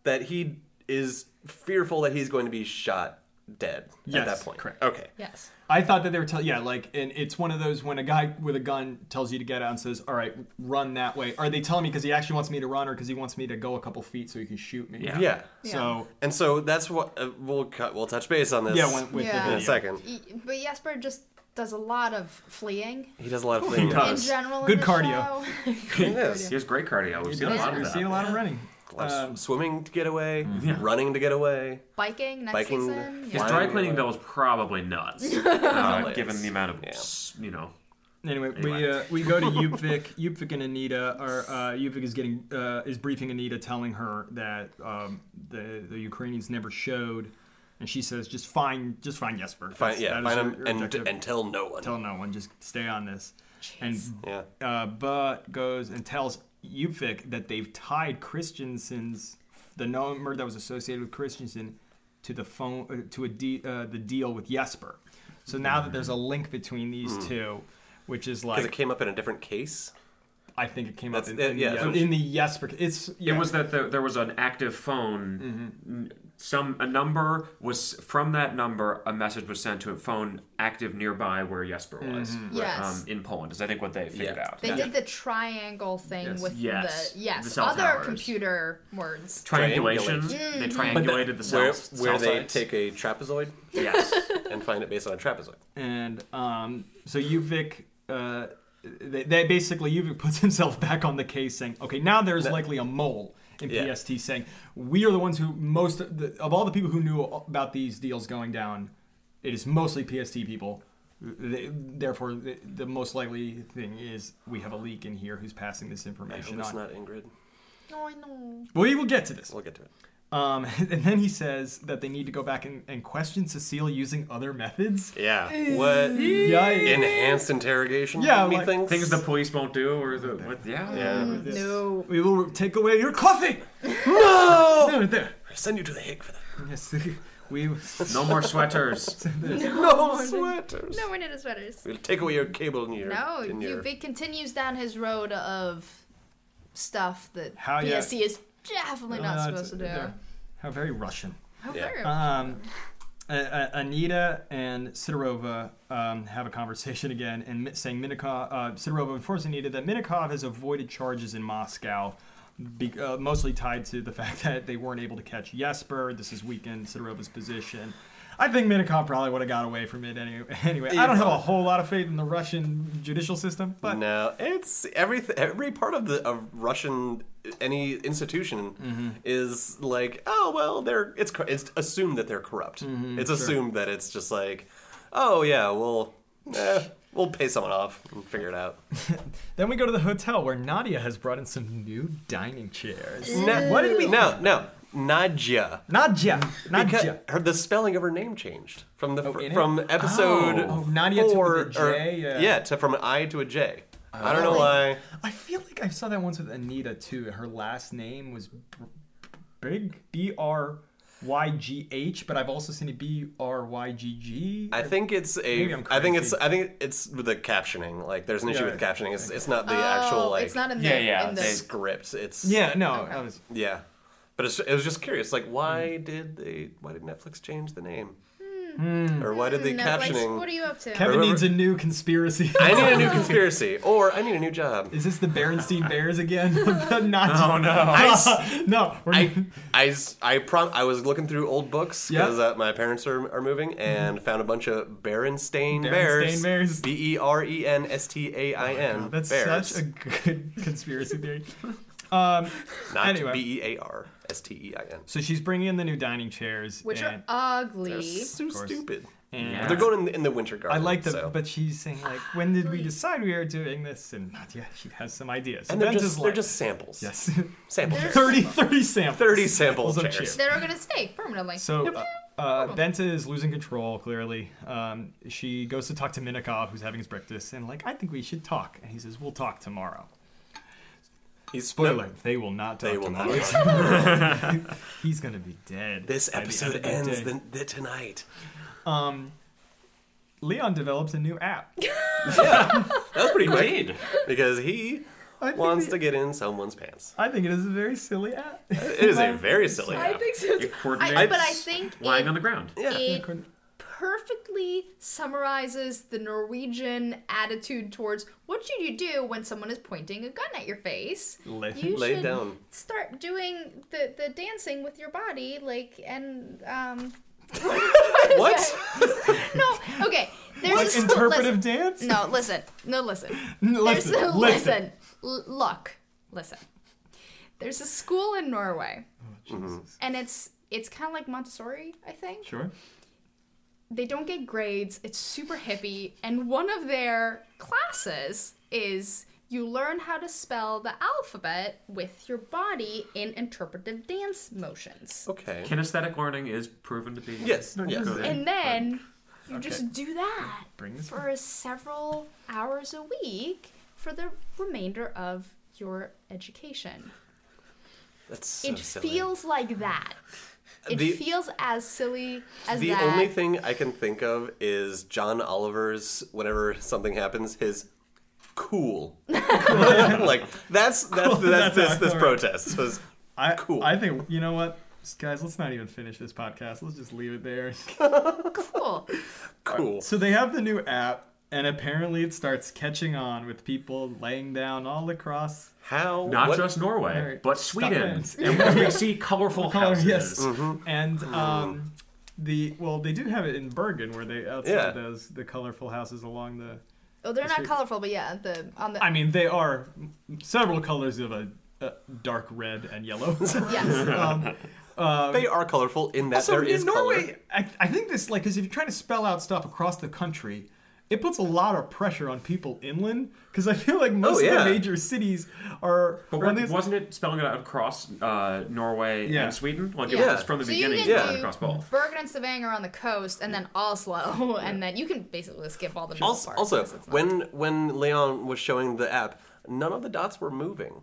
B: that he is fearful that he's going to be shot dead at
A: Yes,
B: that point.
A: correct.
B: Okay.
D: Yes.
A: I thought that they were telling, yeah, like, and it's one of those when a guy with a gun tells you to get out and says, "All right, run that way." Are they telling me because he actually wants me to run, or because he wants me to go a couple feet so he can shoot me?
C: Yeah.
B: Yeah.
A: So
B: And so that's what uh, we'll cut. We'll touch base on this.
A: yeah, when, with
D: Yeah.
A: the video.
B: in a second.
D: Y- But Jesper just does a lot of fleeing
B: He does a lot of things.
D: in
C: does.
D: general. in
A: Good
D: the
A: cardio.
D: show.
B: He does.
C: He has great cardio. We've seen a
D: does.
C: lot of
A: We've
C: that.
A: seen a lot of running.
B: A lot of
A: Um,
B: s- swimming to get away, running to get away.
D: biking next
B: Biking,
D: season.
B: yeah.
C: His
D: Yeah.
C: dry
B: Flying
C: cleaning
B: away.
C: bill is probably nuts, uh,
B: is.
C: given the amount of
B: Yeah.
C: s- you know.
A: Anyway, we
C: Anyway.
A: uh, we go to Yupvik. Yupvik and Anita are uh, Yupvik is getting uh, is briefing Anita, telling her that um, the the Ukrainians never showed, and she says just find just find Jesper.
B: Find,
A: That's- that
B: yeah,
A: is
B: find
A: your-
B: him
A: your
B: and,
A: objective.
B: and tell no one.
A: tell no one. Just stay on this.
B: yeah.
A: And uh, Ba goes and tells Yupvik that they've tied Christensen's the number that was associated with Christensen to the phone uh, to a de- uh, the deal with Jesper. So now that there's a link between these two, which is
B: Hmm. Because it
A: like
B: came up in a different case.
A: I think it came up
B: That's-
A: in,
B: uh,
A: in,
B: yeah,
A: the,
B: so-
A: in the Jesper. It's yeah.
C: It was that there, there was an active phone.
B: Mm-hmm.
C: n- Some a number was from that number. A message was sent to a phone active nearby where Jesper was.
D: Yes.
C: um, in Poland is I think what they figured
B: Mm-hmm. Yeah.
C: out.
D: They
B: Yeah.
D: did the triangle thing
C: Yes.
D: with
C: Yes.
D: the yes
C: The cell
D: other
C: towers.
D: computer words.
C: Triangulation.
B: Triangulation.
D: Mm-hmm.
C: They
B: But
C: triangulated
B: that-
C: the
B: where,
C: cells.
B: where
C: cell
B: they
C: sites.
B: take a trapezoid
C: yes.
B: and find it based on a trapezoid.
A: and um, so Yuvik, uh, they, they basically Yuvik puts himself back on the case, saying, "Okay, now there's likely a mole in
B: Yeah.
A: PST saying we are the ones who most of, the, of all the people who knew about these deals going down, it is mostly PST people. They, therefore, the, the most likely thing is we have a leak in here who's passing this
B: I hope
A: information
B: it's
A: on.
B: not Ingrid.
D: Oh, I know.
A: we will get to this.
B: We'll get to it.
A: Um, and then he says that they need to go back and, and question Cecile using other methods.
B: Yeah. What?
A: Yikes.
B: Enhanced interrogation?
A: Yeah,
B: maybe
A: like-
B: things?
C: Things the police won't do, or the what, yeah.
B: Yeah.
A: Yes.
D: No.
A: We will take away your coffee.
B: No!
A: There, there.
B: Send you to the Hague for that.
A: Yes, we.
C: No more sweaters.
B: No sweaters.
D: No, we're not sweaters.
B: We'll take away your cable in your.
D: No,
B: in
D: you,
B: your...
D: it continues down his road of stuff that
A: How ya-
D: PSC is definitely not
A: Uh,
D: supposed to do.
A: there. How very Russian.
D: How
B: Yeah.
D: very-
A: Um, uh, uh, Anita and Sidorova um, have a conversation again, and mi- saying Minikov, uh, Sidorova informs Anita that Minikov has avoided charges in Moscow, be, uh, mostly tied to the fact that they weren't able to catch Jesper. This has weakened Sidorova's position. I think Minikov probably would have got away from it anyway. Anyway, I don't have a whole lot of faith in the Russian judicial system, but
B: No, it's every every part of the of Russian any institution is like oh well they're it's cor- it's assumed that they're corrupt. it's assumed that it's just like oh yeah we'll eh, we'll pay someone off and figure it out.
A: Then we go to the hotel where Nadia has brought in some new dining chairs.
B: No,
A: What did we?
B: No, no, Nadja.
A: Nadia.
B: Because
A: Nadia.
B: her, the spelling of her name changed from the
A: Oh,
B: fr-
A: in it?
B: from episode
C: Oh.
A: Oh, Nadia to
B: four,
A: with a
B: or-
A: J, yeah.
B: to from an I to a J. I don't know
D: Oh.
B: why.
A: I feel like I saw that once with Anita too. Her last name was Br- Brig B R Y G H, but I've also seen it B R Y G G.
B: I think it's a.
A: Maybe I'm
B: I think it's.
A: crazy.
B: I think it's with the captioning. Like, there's an issue
A: Yeah.
B: with the captioning. It's, it's not the
D: oh,
B: actual like
D: it's not in the
C: Yeah, yeah,
D: in the
C: they-
B: script. It's
A: Yeah. No. That was,
B: yeah. But it's, it was just curious. Like, why
A: Hmm.
B: did they? Why did Netflix change the name? Or why did the
D: Hmm. Netflix, What are
B: captioning?
D: you up to?
A: Kevin
B: Remember-
A: needs a new conspiracy.
B: I need a new conspiracy, or I need a new job.
A: Is this the Berenstein Bears again? the Nazi.
C: Oh no.
B: I, s-
A: no. We're
B: I, I s- I prom- I was looking through old books
A: Yeah. Mm-hmm.
B: because uh, my parents are, are moving and found a bunch of
A: Berenstain
B: Berenstain,
A: Bears. Oh
B: Bears. B E R E N S T A I N.
A: That's
B: Bears.
A: such a good conspiracy theory. Um,
B: Not
A: Anyway.
B: B E A R S T E I N.
A: so she's bringing in the new dining chairs,
D: Which
A: and,
D: are ugly.
B: They're so stupid.
A: and
C: Yeah.
B: They're going in the, in the winter garden.
A: I like the,
B: so.
A: but she's saying like, when did we decide we were doing this? And Nadia, she has some ideas.
B: and they're
A: Ben's
B: just
A: like,
B: they're just samples.
A: yes,
B: Sample
D: They're-
B: chairs.
A: 30, 30 samples,
B: 30 samples
A: of
B: chairs.
A: chairs.
D: They're gonna stay permanently.
A: So uh, uh, Benta is losing control. Clearly, um, she goes to talk to Minikov, who's having his breakfast, and like, I think we should talk. And he says, "We'll talk tomorrow."
B: He's
A: Spoiler: They will not talk
B: They will
A: tomorrow.
B: not.
A: He's gonna be dead.
B: this
A: by the end
B: episode
A: of the
B: ends
A: day.
B: the, the tonight.
A: Um, Leon develops a new app.
B: That was pretty quick
C: Indeed.
B: because he
A: I think
B: wants
A: it-
B: to Uh, get in someone's pants.
A: I think it is a very silly app.
B: It is a very silly. app.
D: so.
C: It coordinates
D: I, but I think
C: lying
D: it,
C: on the ground.
B: Yeah.
D: it perfectly summarizes the Norwegian attitude towards what should you do when someone is pointing a gun at your face?
A: Lay-
D: you
B: lay
D: should
B: down.
D: Start doing the, the dancing with your body, like and um.
B: What?
D: No, okay. There's
A: like
D: a,
A: interpretive
D: listen.
A: dance?
D: No, listen. No, listen.
A: No,
D: There's
A: listen,
D: a,
A: listen.
D: listen. L- look, listen. There's a school in Norway,
A: Oh,
D: and it's it's kind of like Montessori, I think.
A: Sure.
D: They don't get grades. It's super hippie, and one of their classes is you learn how to spell the alphabet with your body in interpretive dance motions,
B: Okay.
C: Kinesthetic learning is proven to be
B: Yes. Yes.
C: good.
D: and then you just do that
A: Bring this
D: for several hours a week for the remainder of your education.
B: That's so
D: it
B: silly.
D: feels like that. It
B: The-
D: feels as silly as
B: The
D: that.
B: only thing I can think of is John Oliver's whenever something happens, his cool. like that's that's that's,
A: That's
B: this this
A: awkward.
B: protest was
A: I,
B: Cool.
A: I think you know what, guys. Let's not even finish this podcast. Let's just leave it there.
D: cool.
B: cool.
A: so they have the new app, and apparently it starts catching on with people laying down all across.
B: How
C: Not
B: what-
C: just Norway,
A: Right.
C: but Sweden, in which we see colorful
A: Color,
C: houses.
A: yes, and um, the well, they do have it in Bergen where they outside
B: Yeah.
A: those the colorful houses along the.
D: Oh, they're
A: It's
D: not
A: weird.
D: colorful, but yeah, the on the
A: I mean, they are several colors of a, a dark red and yellow.
D: yes.
A: um, uh,
B: they are colorful in that
A: also,
B: there
A: in
B: is color.
A: Norway, I, I think this like because if you're trying to spell out stuff across the country, it puts a lot of pressure on people inland because I feel like most
B: Oh, yeah.
A: of the major cities are.
C: But
A: are
C: weren't-
A: these-
C: wasn't it spelling it out across uh, Norway
A: Yeah.
C: and Sweden? Like it
D: Yeah.
C: was from the
D: So you
C: beginning,
D: can
C: spelling it
D: do-
C: across both.
D: Bergen and Stavanger are on the coast, and then Oslo, and then you can basically skip all the middle
B: Also,
D: parts,
B: also
D: 'cause it's not-
B: when when Leon was showing the app, none of the dots were moving.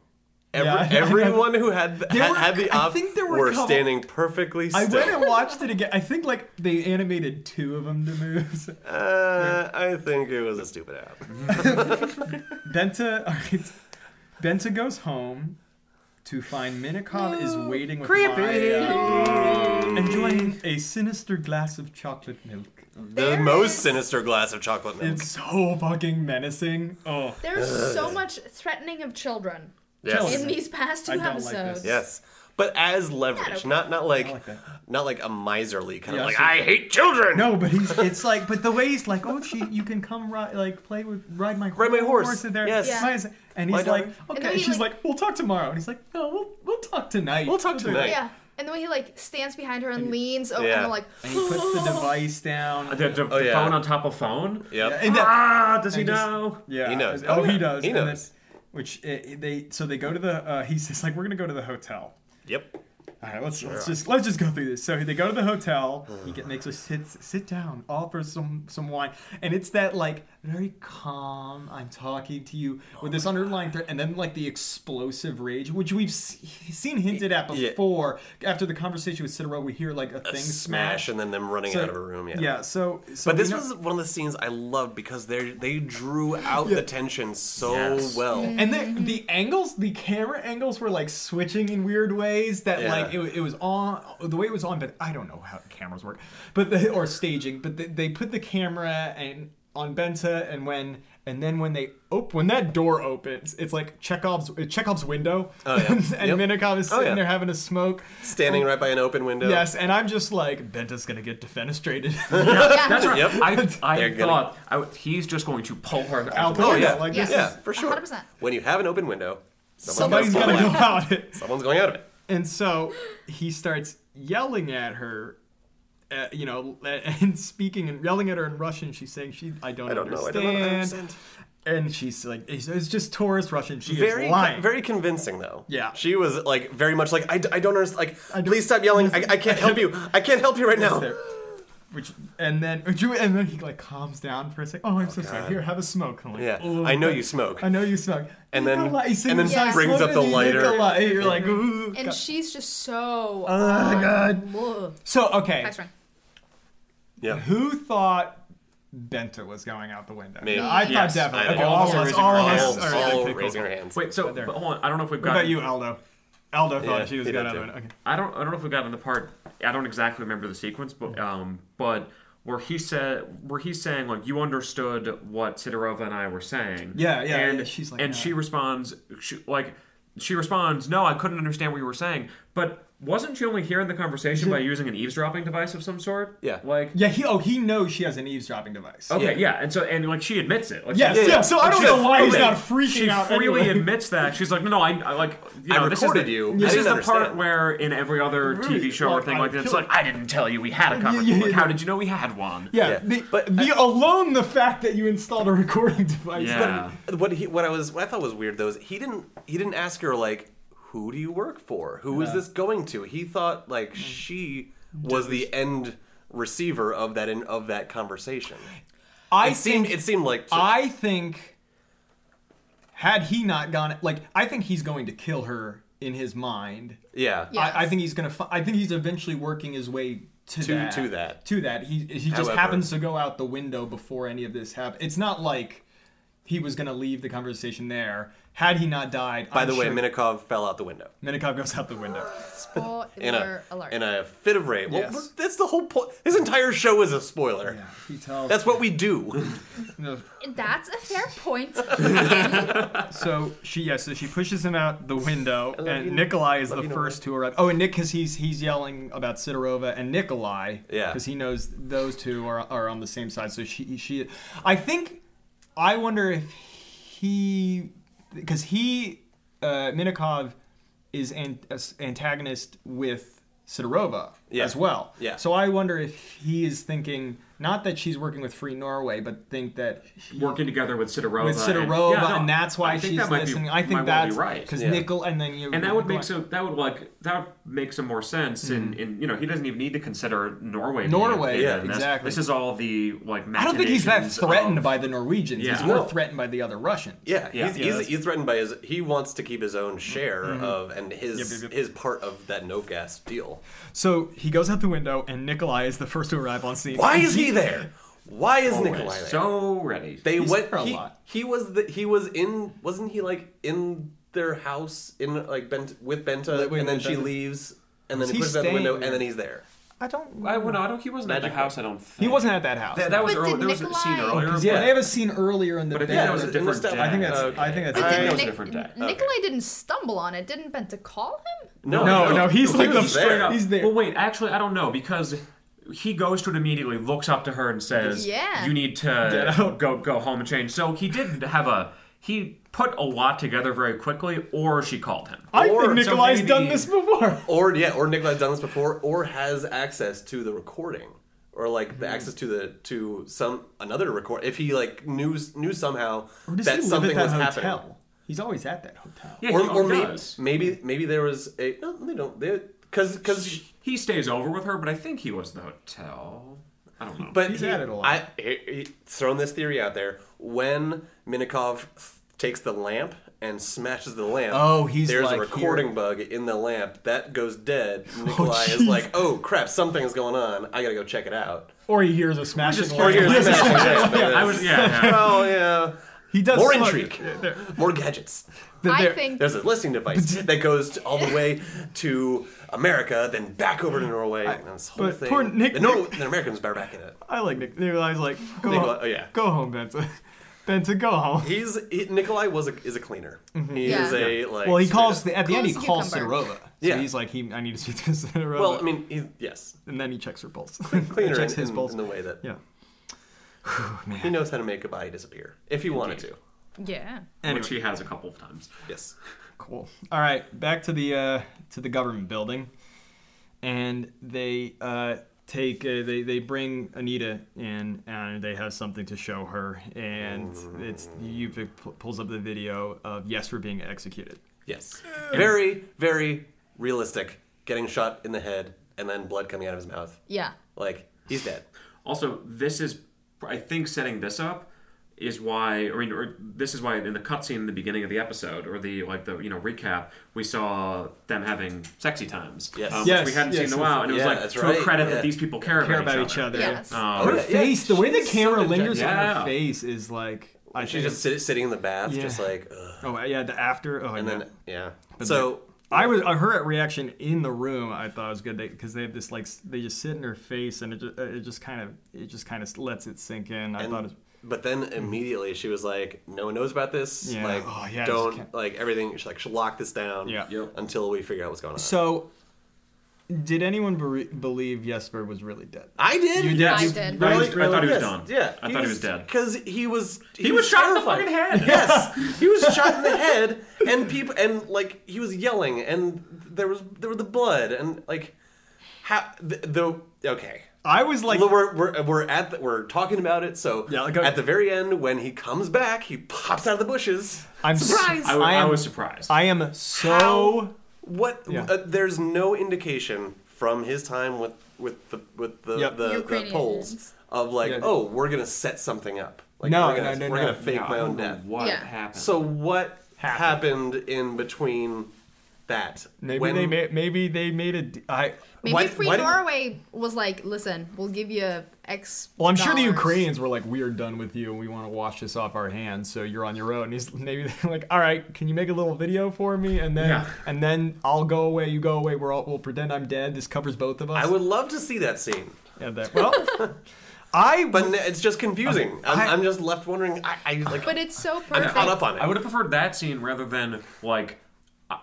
B: Every,
A: Yeah, I know.
B: everyone who had the-
A: There
B: had,
A: were-
B: had the
A: I
B: op
A: think there were
B: were,
A: a couple-
B: standing perfectly
A: I
B: still.
A: went and watched it again. I think like they animated two of them to move.
B: uh, I think it was a stupid app.
A: Benta, all right. Benta goes home to find Minakov is waiting with Maya, enjoying a sinister glass of chocolate milk.
B: The
D: There
B: most
D: is-
B: sinister glass of chocolate milk.
A: It's so fucking menacing. Oh,
D: there's so much threatening of children
B: yes.
D: in these past two
A: I don't like
D: episodes.
A: this.
B: Yes. But as
D: Yeah,
B: leverage,
D: okay.
B: not not like,
A: I like that.
B: not like a miserly kind
A: Yeah,
B: of like
A: so-
B: I hate children.
A: No, but he's it's like but the way he's like, oh she you can come ride like play with ride my
B: Ride my horse.
A: in there.
B: Yes.
D: Yeah.
A: Maya's- And
B: My
A: he's like,
B: daughter.
D: And
A: okay.
D: then he,
A: she's
D: like-
A: like, we'll talk tomorrow. And he's like, no, we'll we'll talk tonight.
B: We'll talk
A: Something
B: tonight.
A: like-
D: Yeah, and the way he like stands behind her and leans over,
B: Yeah.
D: and I'm like,
A: And he puts the device down.
C: The, the- the
B: Oh, yeah.
C: phone on top of phone.
B: Yep.
A: And then-
C: Ah, does he
A: And just-
C: know?
A: Yeah,
B: He knows.
A: Oh,
B: Oh, yeah.
A: he does.
B: He
A: And then-
B: knows.
A: which uh, they so they go to the. Uh, he says like we're gonna go to the hotel.
B: Yep.
A: All right, let's let's just let's just go through this. So they go to the hotel.
B: Mm.
A: He get, makes her sit sit down, offers some some wine, and it's that like very calm. I'm talking to you with this underlying threat, and then like the explosive rage, which we've se- seen hinted at
B: Yeah.
A: before. After the conversation with Citadel, we hear like a, thing
B: Smash
A: smash.
B: and then them running
A: So-
B: out of a room. Yeah.
A: Yeah. So, so
B: But
A: we
B: this
A: know-
B: was one of the scenes I loved because they they drew out the tension so
C: Yes.
D: Mm-hmm.
B: well.
A: And the, the angles, the camera angles were like switching in weird ways that
B: Yeah.
A: like it, it was on the way it was on, but I don't know how cameras work, but the, or staging, but the, they put the camera and on Benta and when and then when they op- when that door opens, it's like Chekhov's it's Chekhov's window,
B: Oh, yeah.
A: and
B: Yep.
A: Minakov is
B: Oh,
A: sitting
B: yeah.
A: there having a smoke.
B: Standing right by an open window.
A: Yes, and I'm just like Benta's gonna get defenestrated.
C: That's right.
B: Yep.
C: I, I
B: They're gonna-
C: thought I w he's just going to pull her out.
A: Out
C: the
A: the
B: Oh
C: window.
B: yeah.
A: like
D: Yes.
A: this
B: Yeah,
A: is-
B: for sure.
D: 100%.
B: When you have an open window, someone's,
A: somebody's
B: gonna
A: gotta go
B: fall out.
A: out it.
B: Someone's going out of it.
A: And so he starts yelling at her, uh, you know, and speaking and yelling at her in Russian. She's saying she, I don't,
B: I don't know. I
A: understand.
B: don't understand.
A: And she's like, it's it's just Taurus Russian. She
B: very
A: is lying.
B: very convincing though.
A: Yeah.
B: she was like very much like I, I don't understand. Like
A: don't-
B: please stop yelling. I, I can't help you. I can't help you right
A: It's
B: now.
A: there. Which and then would you- and then he like calms down for a second. Oh, I'm so sorry. Here, have a smoke. I'm like,
B: Yeah,
A: "Oh,
B: I know
A: God."
B: you smoke.
A: I know you smoke.
B: And then-
A: Nikolai,
B: and then
A: Nikolai,
B: brings up the
A: Nikolai.
B: lighter.
A: You're like, ooh.
D: and
A: God.
D: she's just so.
B: Ah,
D: um,
A: Oh, God.
D: Ugh.
A: So okay,
D: Next one.
B: Yeah,
A: Who thought Benta was going out the window?
B: Me.
A: I thought
C: Yes.
A: definitely.
B: I
A: Okay,
B: did.
A: all,
C: All
A: of us,
C: raising
A: all
C: our
A: of us.
B: all,
C: hands.
A: all right,
B: all
A: okay, cool.
B: raising our hands.
C: Wait, so but hold on. I don't know if we've
A: What
C: got.
A: about you, Aldo? Aldo thought
B: Yeah,
A: she was
B: he
A: going
B: did
A: out the
B: too.
A: window. Okay.
C: I don't. I don't know if we got in the part. I don't exactly remember the sequence, but
A: Mm.
C: um, but where he said, where he's saying like, you understood what Sidorova and I were saying.
A: Yeah, yeah,
C: And
A: yeah, she's like,
C: and
A: "No."
C: she responds, she, like, she responds, no, I couldn't understand what you were saying, but. Wasn't she only hearing the conversation by using an eavesdropping device of some sort?
B: Yeah.
C: Like,
A: Yeah, he. Oh, he knows she has an eavesdropping device.
C: Okay,
B: Yeah.
C: yeah. and so and like she admits it. Like,
A: Yes,
C: she-
A: yeah, so I don't
B: She's
A: know why he's
B: freely-
A: not freaking
C: She
A: out.
C: freely
A: anyway.
C: admits that she's like, no, no, I, I like, you
B: I
C: know, this is
B: recorded
C: the,
B: you. I
C: This is
B: didn't
C: the part
B: understand.
C: where in every other
A: Right,
C: TV show or
A: like,
C: thing
A: I
C: like this, it's
A: killed-
C: like, I didn't tell you we had a conversation.
A: yeah,
C: Like,
A: yeah.
C: how did you know we had one?
A: Yeah,
B: Yeah,
A: The,
B: but-
A: the alone the fact that you installed a recording device.
C: Yeah.
B: What he what I was what I thought was weird though is he didn't he didn't ask her like who do you work for Who is
A: Yeah.
B: this going to he thought like she was the end receiver of that in, of that conversation
A: I
B: it seemed it seemed like
A: I think had he not gone like I think he's going to kill her in his mind.
B: Yeah.
D: Yeah.
A: I, I
D: Yes.
A: think he's gonna. Fi- I think he's eventually working his way to,
B: To-
A: that.
B: to that.
A: To that. He he just
B: However-
A: happens to go out the window before any of this happens. It's not like he was gonna leave the conversation there. Had he not died,
B: By the way, Minikov fell out the window.
A: Minikov goes out the window.
D: Spoiler
B: In a,
D: alert.
B: in a fit of rage. Well,
A: Yes.
B: that's the whole point. This entire show is a spoiler.
A: Yeah, he tells.
B: That's what we do.
D: That's a fair point.
A: So she yes, so she pushes him out the window, and Nikolai is the first to arrive. Oh, and Nick, because he's he's yelling about Sidorova and Nikolai,
B: Yeah.
A: because he knows those two are are on the same side. So she she, I think, I wonder if he, because he, uh, Minikov, is an as- antagonist with Sidorova
B: Yeah.
A: as well.
B: Yeah.
A: So I wonder if he is thinking not that she's working with Free Norway, but think that
C: working together with Sidorova.
A: with
C: and-
A: Sidorova, and,
C: Yeah, no,
A: that's why
C: I think
A: she's
C: that might be-
A: listening. I
C: might
A: think
C: well
A: that's
C: be right.
A: because
B: Yeah.
A: Nickel, and then you
C: and that would make so that would like that would make some more sense in in you know he doesn't even need to consider Norway. being
A: Mm-hmm. Norway,
C: in
B: yeah,
C: this.
A: exactly.
C: This is all the like.
A: I don't think he's that
C: machinations
A: threatened
C: of-
A: by the Norwegians. He's
C: Yeah.
A: more
B: No.
A: threatened by the other Russians.
B: Yeah,
C: Yeah.
B: he's,
C: Yeah,
B: he's,
C: that's-
B: he's threatened by his. He wants to keep his own share
A: Mm-hmm.
B: of and his
A: Yep, yep, yep.
B: his part of that no gas deal.
A: So he goes out the window, and Nikolai is the first to arrive on scene.
B: Why is he there? Why is
C: Norway.
B: Nikolai there?
C: So ready.
B: they
A: He's
B: went.
A: there a
B: he,
A: lot.
B: he was the, he was in. Wasn't he like in their house in like Bent with Benta,
A: Wait, wait,
B: and then
A: wait,
B: she
A: Benta.
B: leaves, and
A: Was
B: then he
A: he
B: pushes out the
A: staying
B: window,
A: there?
B: and then he's there.
A: I don't.
C: I, well, no, I don't. He wasn't at the house. I don't. Think.
A: he wasn't at that house.
C: That, that was
D: But
C: early,
D: did
C: there was a scene
D: Nikolai-
C: earlier.
A: yeah,
B: Yeah.
A: they have a scene earlier in the.
C: But I think
A: film.
C: that was
B: it
C: a
B: was
C: different.
B: in the stuff-
A: I think that's.
B: Okay.
A: I think that's.
B: I
D: But
B: think
A: I-
B: that
D: did
B: was
D: Nic-
B: a
C: different day.
D: Nikolai didn't stumble on it. Didn't Benta call him?
A: No,
B: he-
A: no, he's
B: he
A: like the
B: was there.
A: straight up- He's there.
C: Well, wait. Actually, I don't know because he goes to it immediately, looks up to her, and says,
D: Yeah.
C: you need to
A: Get out.
C: go go home and change." So he did have a he put a lot together very quickly, or she called him.
A: I think
B: Or- so
A: Nikolai's done
C: maybe-
A: this before.
B: Or yeah, or Nikolai's done this before, or has access to the recording, or like
A: Hmm.
B: the access to the to some another record. If he like knew knew somehow
A: Or does
B: that
A: he live
B: something
A: at
B: was
A: that hotel? Oh,
B: happening,
A: He's always at that hotel.
C: Yeah,
B: or,
C: he
B: or maybe,
C: does.
B: maybe maybe there was a no, they don't they because because
C: He stays over with her, but I think he was in the hotel. I don't know.
B: but
A: He's
B: he,
A: at it a lot.
B: I he, he, thrown this theory out there when Minikov takes the lamp and smashes the lamp.
A: Oh, he's
B: there's
A: like
B: a recording bug in the lamp that goes dead. Nikolai is
A: jeez.
B: like, oh crap, something's going on. I gotta go check it out.
A: Or he hears a smashing.
C: just
A: or he
C: curious.
A: hears a smashing.
C: I was yeah.
B: Oh yeah.
A: He does
B: More
A: slug-
B: intrigue. More gadgets.
D: I
A: There-
D: think
B: There's a listening device that goes to- all the way to America, then back over to Norway. and this whole
A: but
B: thing.
A: poor Nick-
B: the, Nor- the Americans bear back in it.
A: I like Nick. Nikolai's like, go
B: Nikolai-
A: home.
B: oh, yeah.
A: Go home, Benson. Benson, go home.
B: He's he, Nikolai was a, is a cleaner. He
D: Yeah.
B: is a like.
A: Mm-hmm. well, he calls
B: straight
A: the, at the end. He
D: Cool as a
A: calls
D: cucumber.
A: Sidorova. So
B: Yeah.
A: he's like, he, I need to speak to Sidorova.
B: up- Well, I mean, he, yes,
A: and then he checks her pulse.
B: cleaner in,
A: checks his
B: in-
A: pulse.
B: in the way that
A: yeah.
B: he knows how to make a body disappear if he wanted to.
D: yeah.
C: Which he has a couple of times.
B: Yes.
A: Cool. All right, back to the uh, to the government building, and they uh, take uh, they they bring Anita in, and they have something to show her, and it's Yupik pu- pulls up the video of yes, we're being executed.
B: Yes. Very, very realistic. Getting shot in the head and then blood coming out of his mouth.
D: Yeah.
B: Like he's dead.
C: Also, this is I think setting this up is why I mean or this is why in the cutscene in the beginning of the episode or the like the you know recap we saw them having sexy times.
B: Yes.
C: um, which
A: Yes,
C: we hadn't
A: yes,
C: seen in a
A: yes,
C: while, and it was
B: yeah,
C: like
B: that's
C: to
B: right,
C: a credit
B: yeah.
C: that these people care,
A: Care about each other.
D: Yes.
C: Um,
A: Her
B: Oh, yeah, yeah.
A: face, the way the
B: She's so
A: camera lingers
B: dejected.
A: on her
C: Yeah.
A: face is like I
B: She's
A: think
B: just sit, sitting in the bath,
A: Yeah.
B: just like. Ugh.
A: Oh yeah, the after. Oh
B: And
A: yeah.
B: then yeah. So
A: I was uh, her reaction in the room. I thought was good because they have this like s- they just sit in her face and it just, it just kind of it just kind of lets it sink in. I thought it,
B: but then immediately she was like, "No one knows about this.
A: Yeah.
B: Like,
A: Oh, yeah, I just
B: don't
A: can't-
B: like everything. She like she lock this down.
A: Yeah.
C: Yep.
B: Until we figure out what's going on."
A: so. Did anyone bere- believe Jesper was really dead?
B: I did.
A: You did?
D: I did.
C: I,
A: Really?
C: I thought he
B: Yes,
C: was done.
B: Yeah.
C: I thought he was dead.
B: because he was.
C: He, was, shot in the
B: terrified.
C: fucking head.
B: Yes, he was shot in the head, and people, and like he was yelling, and there was there was the blood, and like how the, the okay.
A: I was like,
B: Well, we're, we're, we're at the, we're talking about it, so
A: Yeah, like,
B: at the very end when he comes back, he pops out of the bushes.
A: I'm s-
B: surprised.
C: I, wa-
A: I
C: I
A: am-
C: was surprised.
A: I am so
B: How- what?
A: Yeah.
B: Uh, there's no indication from his time with with the with the
A: Yep.
B: the, the
D: Ukrainians.
B: polls of like,
A: Yeah.
B: oh, we're gonna set something up. Like,
A: No,
B: we're gonna,
A: no, no,
B: we're
A: no.
B: gonna fake
C: Yeah, I
B: my
C: don't
B: own
C: know
B: death.
C: What
D: Yeah.
C: happened?
B: So what
A: Happened.
B: happened in between that.
A: Maybe
B: when,
A: they made, maybe they made a. d- I
D: Maybe
B: What-
D: Free
B: what-
D: Norway was like, listen, we'll give you X.
A: well, I'm sure the
D: dollars."
A: Ukrainians were like, "We are done with you, and we want to wash this off our hands, so you're on your own." And he's maybe they're like, "All right, can you make a little video for me, and then
C: Yeah.
A: and then I'll go away, you go away, we're all, we'll pretend I'm dead. This covers both of us."
B: I would love to see that scene.
A: And that, well, I
B: But n- it's just confusing. I'm,
A: I-
B: I, am just left wondering. I, I like.
D: But it's so
B: I'm
D: perfect.
B: caught up on it.
C: I would have preferred that scene rather than like uh,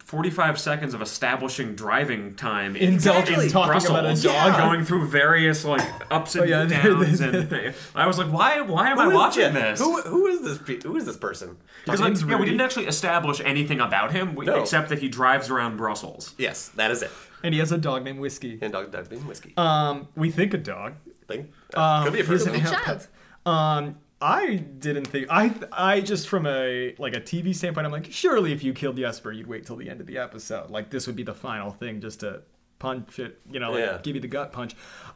C: 45 seconds of establishing driving time in,
A: Indulge
C: in
A: in talking
C: Brussels,
A: about a
B: dog. Yeah.
C: going through various like ups and
A: yeah, there-
C: downs,
A: there-
C: and I was like, why? Why am
B: Who
C: I
B: is-
C: watching
B: yeah,
C: this?
B: Who, who is this? pe- Who is this person?
C: Because
A: James
C: like, yeah, we
A: Rudy.
C: didn't actually establish anything about him we,
B: No.
C: except that he drives around Brussels.
B: Yes, that is it.
A: and he has a dog named Whiskey.
B: And dog, dog, bean, whiskey.
A: Um, we think a dog.
B: thing.
A: um,
B: Uh, could be a
A: here's
B: person.
A: an
D: Good
A: Yeah.
D: child.
A: Um, I didn't think I I just from a like a TV standpoint, I'm like, surely if you killed Jesper, you'd wait till the end of the episode. Like this would be the final thing, just to punch it, you know, like,
B: Yeah.
A: give you the gut punch.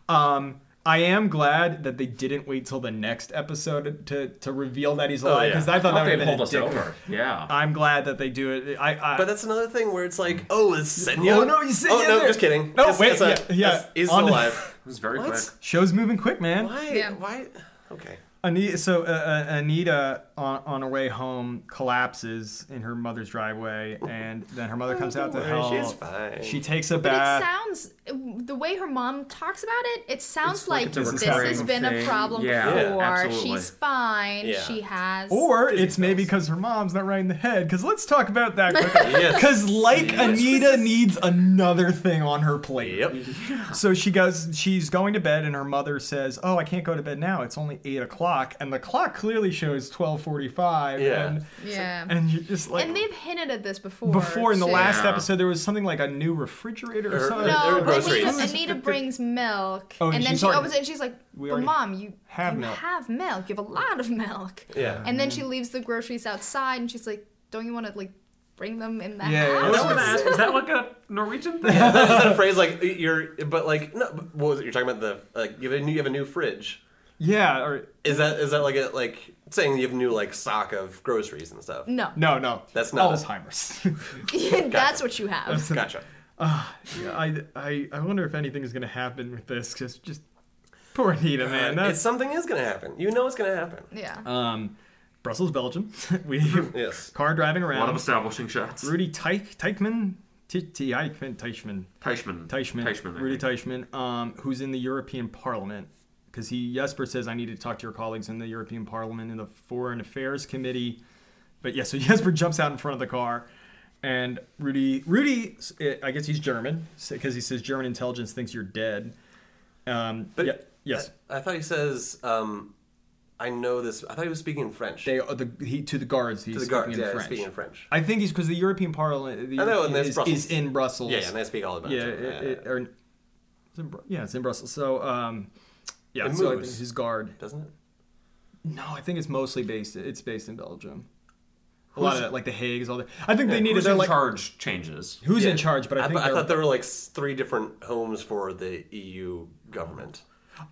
A: Um, I am glad that they didn't wait till the next episode to to reveal that he's alive
B: yeah.
A: because I thought that would
C: they
A: have been
C: pulled
A: a
C: us
A: dick move.
C: over. Yeah.
A: I'm glad that they do it. I, I
B: But that's another thing where it's like, oh, is Senya?
A: Oh, no, he's
B: Oh
A: Senya
B: no,
A: there.
B: just kidding.
A: No,
B: It's-
A: wait,
B: it's a-
A: yeah, yeah.
B: it's- He's
A: On
B: still
A: the-
B: alive.
C: It was very
B: What?
C: quick.
A: show's moving quick, man.
B: Why?
D: Yeah.
B: Why? Okay.
A: Anita, so uh, uh, Anita on, on her way home collapses in her mother's driveway, and then her mother comes out to
B: don't
A: help.
B: worry, Oh, she's fine.
A: She takes a
D: But it
A: bath.
D: sounds the way her mom talks about it. It sounds
C: It's like
D: like,
C: it's a
D: this
C: recurring
D: has been a
C: thing.
D: problem
C: Yeah,
B: Yeah.
D: before.
C: absolutely.
D: She's fine.
B: Yeah.
D: She has.
A: Or
B: Disney
A: it's maybe
B: films.
A: because her mom's not right in the head. Because let's talk about that quickly.
B: Yes.
A: Because like Anita needs another thing on her plate.
B: Yep.
A: So she goes. She's going to bed, and her mother says, "Oh, I can't go to bed now. It's only eight o'clock, and the clock clearly shows twelve forty-five.
B: Yeah.
A: And,
D: yeah. And,
A: and you're just like oh,
D: they've hinted at this before.
A: before in the
D: too.
A: last
C: Yeah.
A: episode there was something like a new refrigerator or
B: Or-
A: something.
B: They're
D: No, but
B: groceries.
D: Anita, Anita brings milk,
A: Oh, and
D: and then
A: she's
D: she
A: already-
D: opens it. and She's like,
A: We
D: "But
A: already
D: mom, you
A: have
D: you
A: milk."
D: have milk. You have a lot of milk."
B: Yeah.
D: And then she leaves the groceries outside, and she's like, "Don't you want to like bring them in the
A: Yeah, yeah,
C: I
D: house?"
C: was gonna ask, is that like a Norwegian thing?
B: is, that, is that a phrase like you're? But like, no. but What was it? You're talking about the like you have a new, you have a new fridge.
A: Yeah, or
B: Is that is that like a like saying you have a new like stock of groceries and stuff?
D: No,
A: no, no, Oh.
B: That's not a-
A: Alzheimer's.
D: that's what you have.
B: Gotcha.
A: I, I, I wonder if anything is gonna happen with this. Cause just poor Anita, man.
B: it's
A: That's
B: something is gonna happen. You know it's gonna happen.
D: Yeah.
A: um, Brussels, Belgium. we
B: Yes.
A: car driving
C: A lot of
A: around.
C: establishing shots.
A: Rudy Teich Teichman, Te- Teichman, Teichman,
C: Teichmann.
A: Teichman,
C: Teichmann, I
A: Rudy
C: think.
A: Teichman, um, who's in the European Parliament. Because he, Jesper says, I need to talk to your colleagues in the European Parliament in the Foreign Affairs Committee. But yeah, so Jesper jumps out in front of the car, and Rudy, Rudy, eh, I guess he's German because he says German intelligence thinks you're dead. Um,
B: But- uh,
A: yeah, yes,
B: I thought he says, um, "I know this." I thought he was speaking in French.
A: they are the he to the guards. He's
B: to the guards,
A: speaking in
B: yeah, he's
A: French.
B: speaking in French.
A: I think he's because the European Parliament the,
B: I know, and that's
A: is,
B: Brussels.
A: is in Brussels.
B: Yeah, yeah, and they speak all about
A: yeah,
B: it.
A: it, it- or, it's in, Bru- yeah, it's in Brussels. So, um, yeah,
B: It
A: so I
B: moves.
A: think his guard.
B: doesn't it?
A: No, I think it's mostly based. It's based in Belgium. A lot of
B: Who's-
A: that, like the Hague's, all that. I think they needed.
C: Who's
A: They're
C: in
A: like
C: charge changes.
A: who's
B: Yeah.
A: in charge, but I think
B: I
A: they're-
B: thought there were like s- three different homes for the EU government.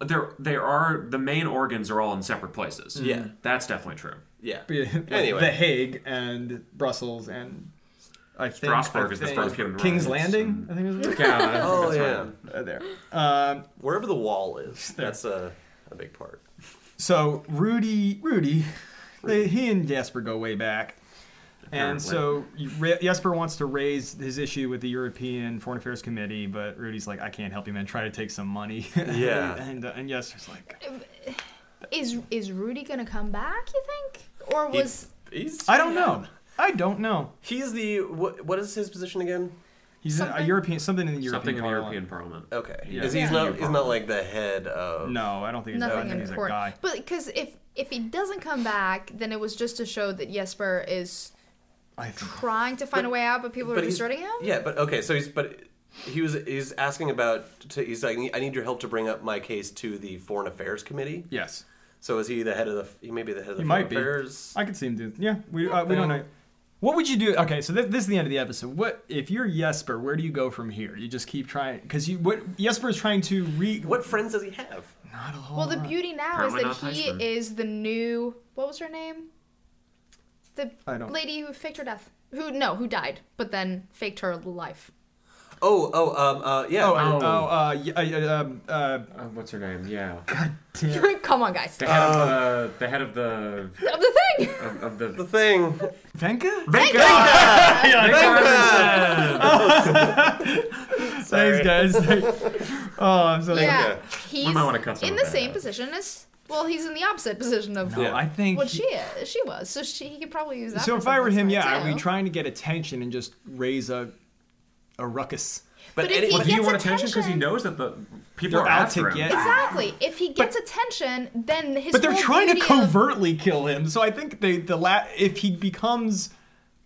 C: There, there are the main organs are all in separate places.
B: Yeah.
C: that's definitely true.
B: Yeah.
A: like,
B: Anyway.
A: the Hague and Brussels and I think
C: Strasbourg
A: I
C: is the
A: think-
C: first human
A: King's
C: rights
A: Landing. I think it was
C: Yeah.
B: Oh yeah.
A: uh, there. Um,
B: Wherever the wall is,
A: there.
B: that's a, a big part.
A: so Rudy, Rudy, They, he and Jasper go way back. And so you- Ra- Jesper wants to raise his issue with the European Foreign Affairs Committee, but Rudy's like, "I can't help you, man. Try to take some money."
B: Yeah.
A: and uh, and Jesper's like,
D: Is is Rudy gonna come back? You think, or
B: He-
D: was
B: he's
A: I don't know. I don't know.
B: He's the what? What is his position again?
A: He's in a
D: Something-
A: European something in the European
C: Something in the
A: Parliament.
C: European Parliament.
B: Okay.
C: Yeah.
B: Is he's
D: Yeah.
B: not he's not like the head of
A: No, I don't think he's that. I
D: nothing
A: think he's a guy.
D: important? But because if if he doesn't come back, then it was just to show that Jesper is
A: I think.
D: trying to find a way out, but people are
B: he's-
D: deserting him.
B: Yeah, but okay, so he's but he was he's asking about to, he's like I need your help to bring up my case to the Foreign Affairs Committee.
A: Yes,
B: So is he the head of the he may be the head of the
A: he
B: Foreign
A: might be.
B: Affairs?
A: I could see him do. Yeah, we uh, we don't know. What would you do? Okay, so this, this is the end of the episode. What if you're Jesper? Where do you go from here? You just keep trying because you what Jesper is trying to re.
B: What friends does he have?
A: Not a whole
D: Well, the
A: lot.
D: beauty now is
C: Apparently
D: that
C: not
D: he
C: Iceman.
D: is the new. What was her name? The
A: I don't-
D: lady who faked her death. Who no, who died, but then faked her life.
B: Oh, oh, um, uh, yeah.
A: Oh, and-
C: Oh.
A: oh, uh, y- uh, um, uh,
C: Uh, what's her name? Yeah,
D: Come on, guys.
C: the head of the the head of the
D: Of the thing.
C: of, of the.
B: the thing.
A: Venka?
B: Sorry.
A: Thanks, guys. oh, I'm so
D: yeah,
B: Yeah.
D: he's
C: We might wanna cut some
D: in
C: of
D: the
C: that
D: same
C: out.
D: position as well. He's in the opposite position of
A: No, I think.
D: what she is. She was, so she he could probably use that.
A: so
D: for
A: if I were
D: something
A: him, yeah,
D: smart,
A: I'd be
D: too.
A: trying to get attention and just raise a, a ruckus.
D: But if he
C: Well, he
D: gets
C: want attention because he
D: attention.
C: knows that the people
A: They're
C: are
A: out
C: after
A: to
C: him.
A: get-
D: Exactly. If he gets attention, then his.
A: But they're
D: whole
A: trying to
D: beauty of-
A: covertly kill him. So I think they the la- if he becomes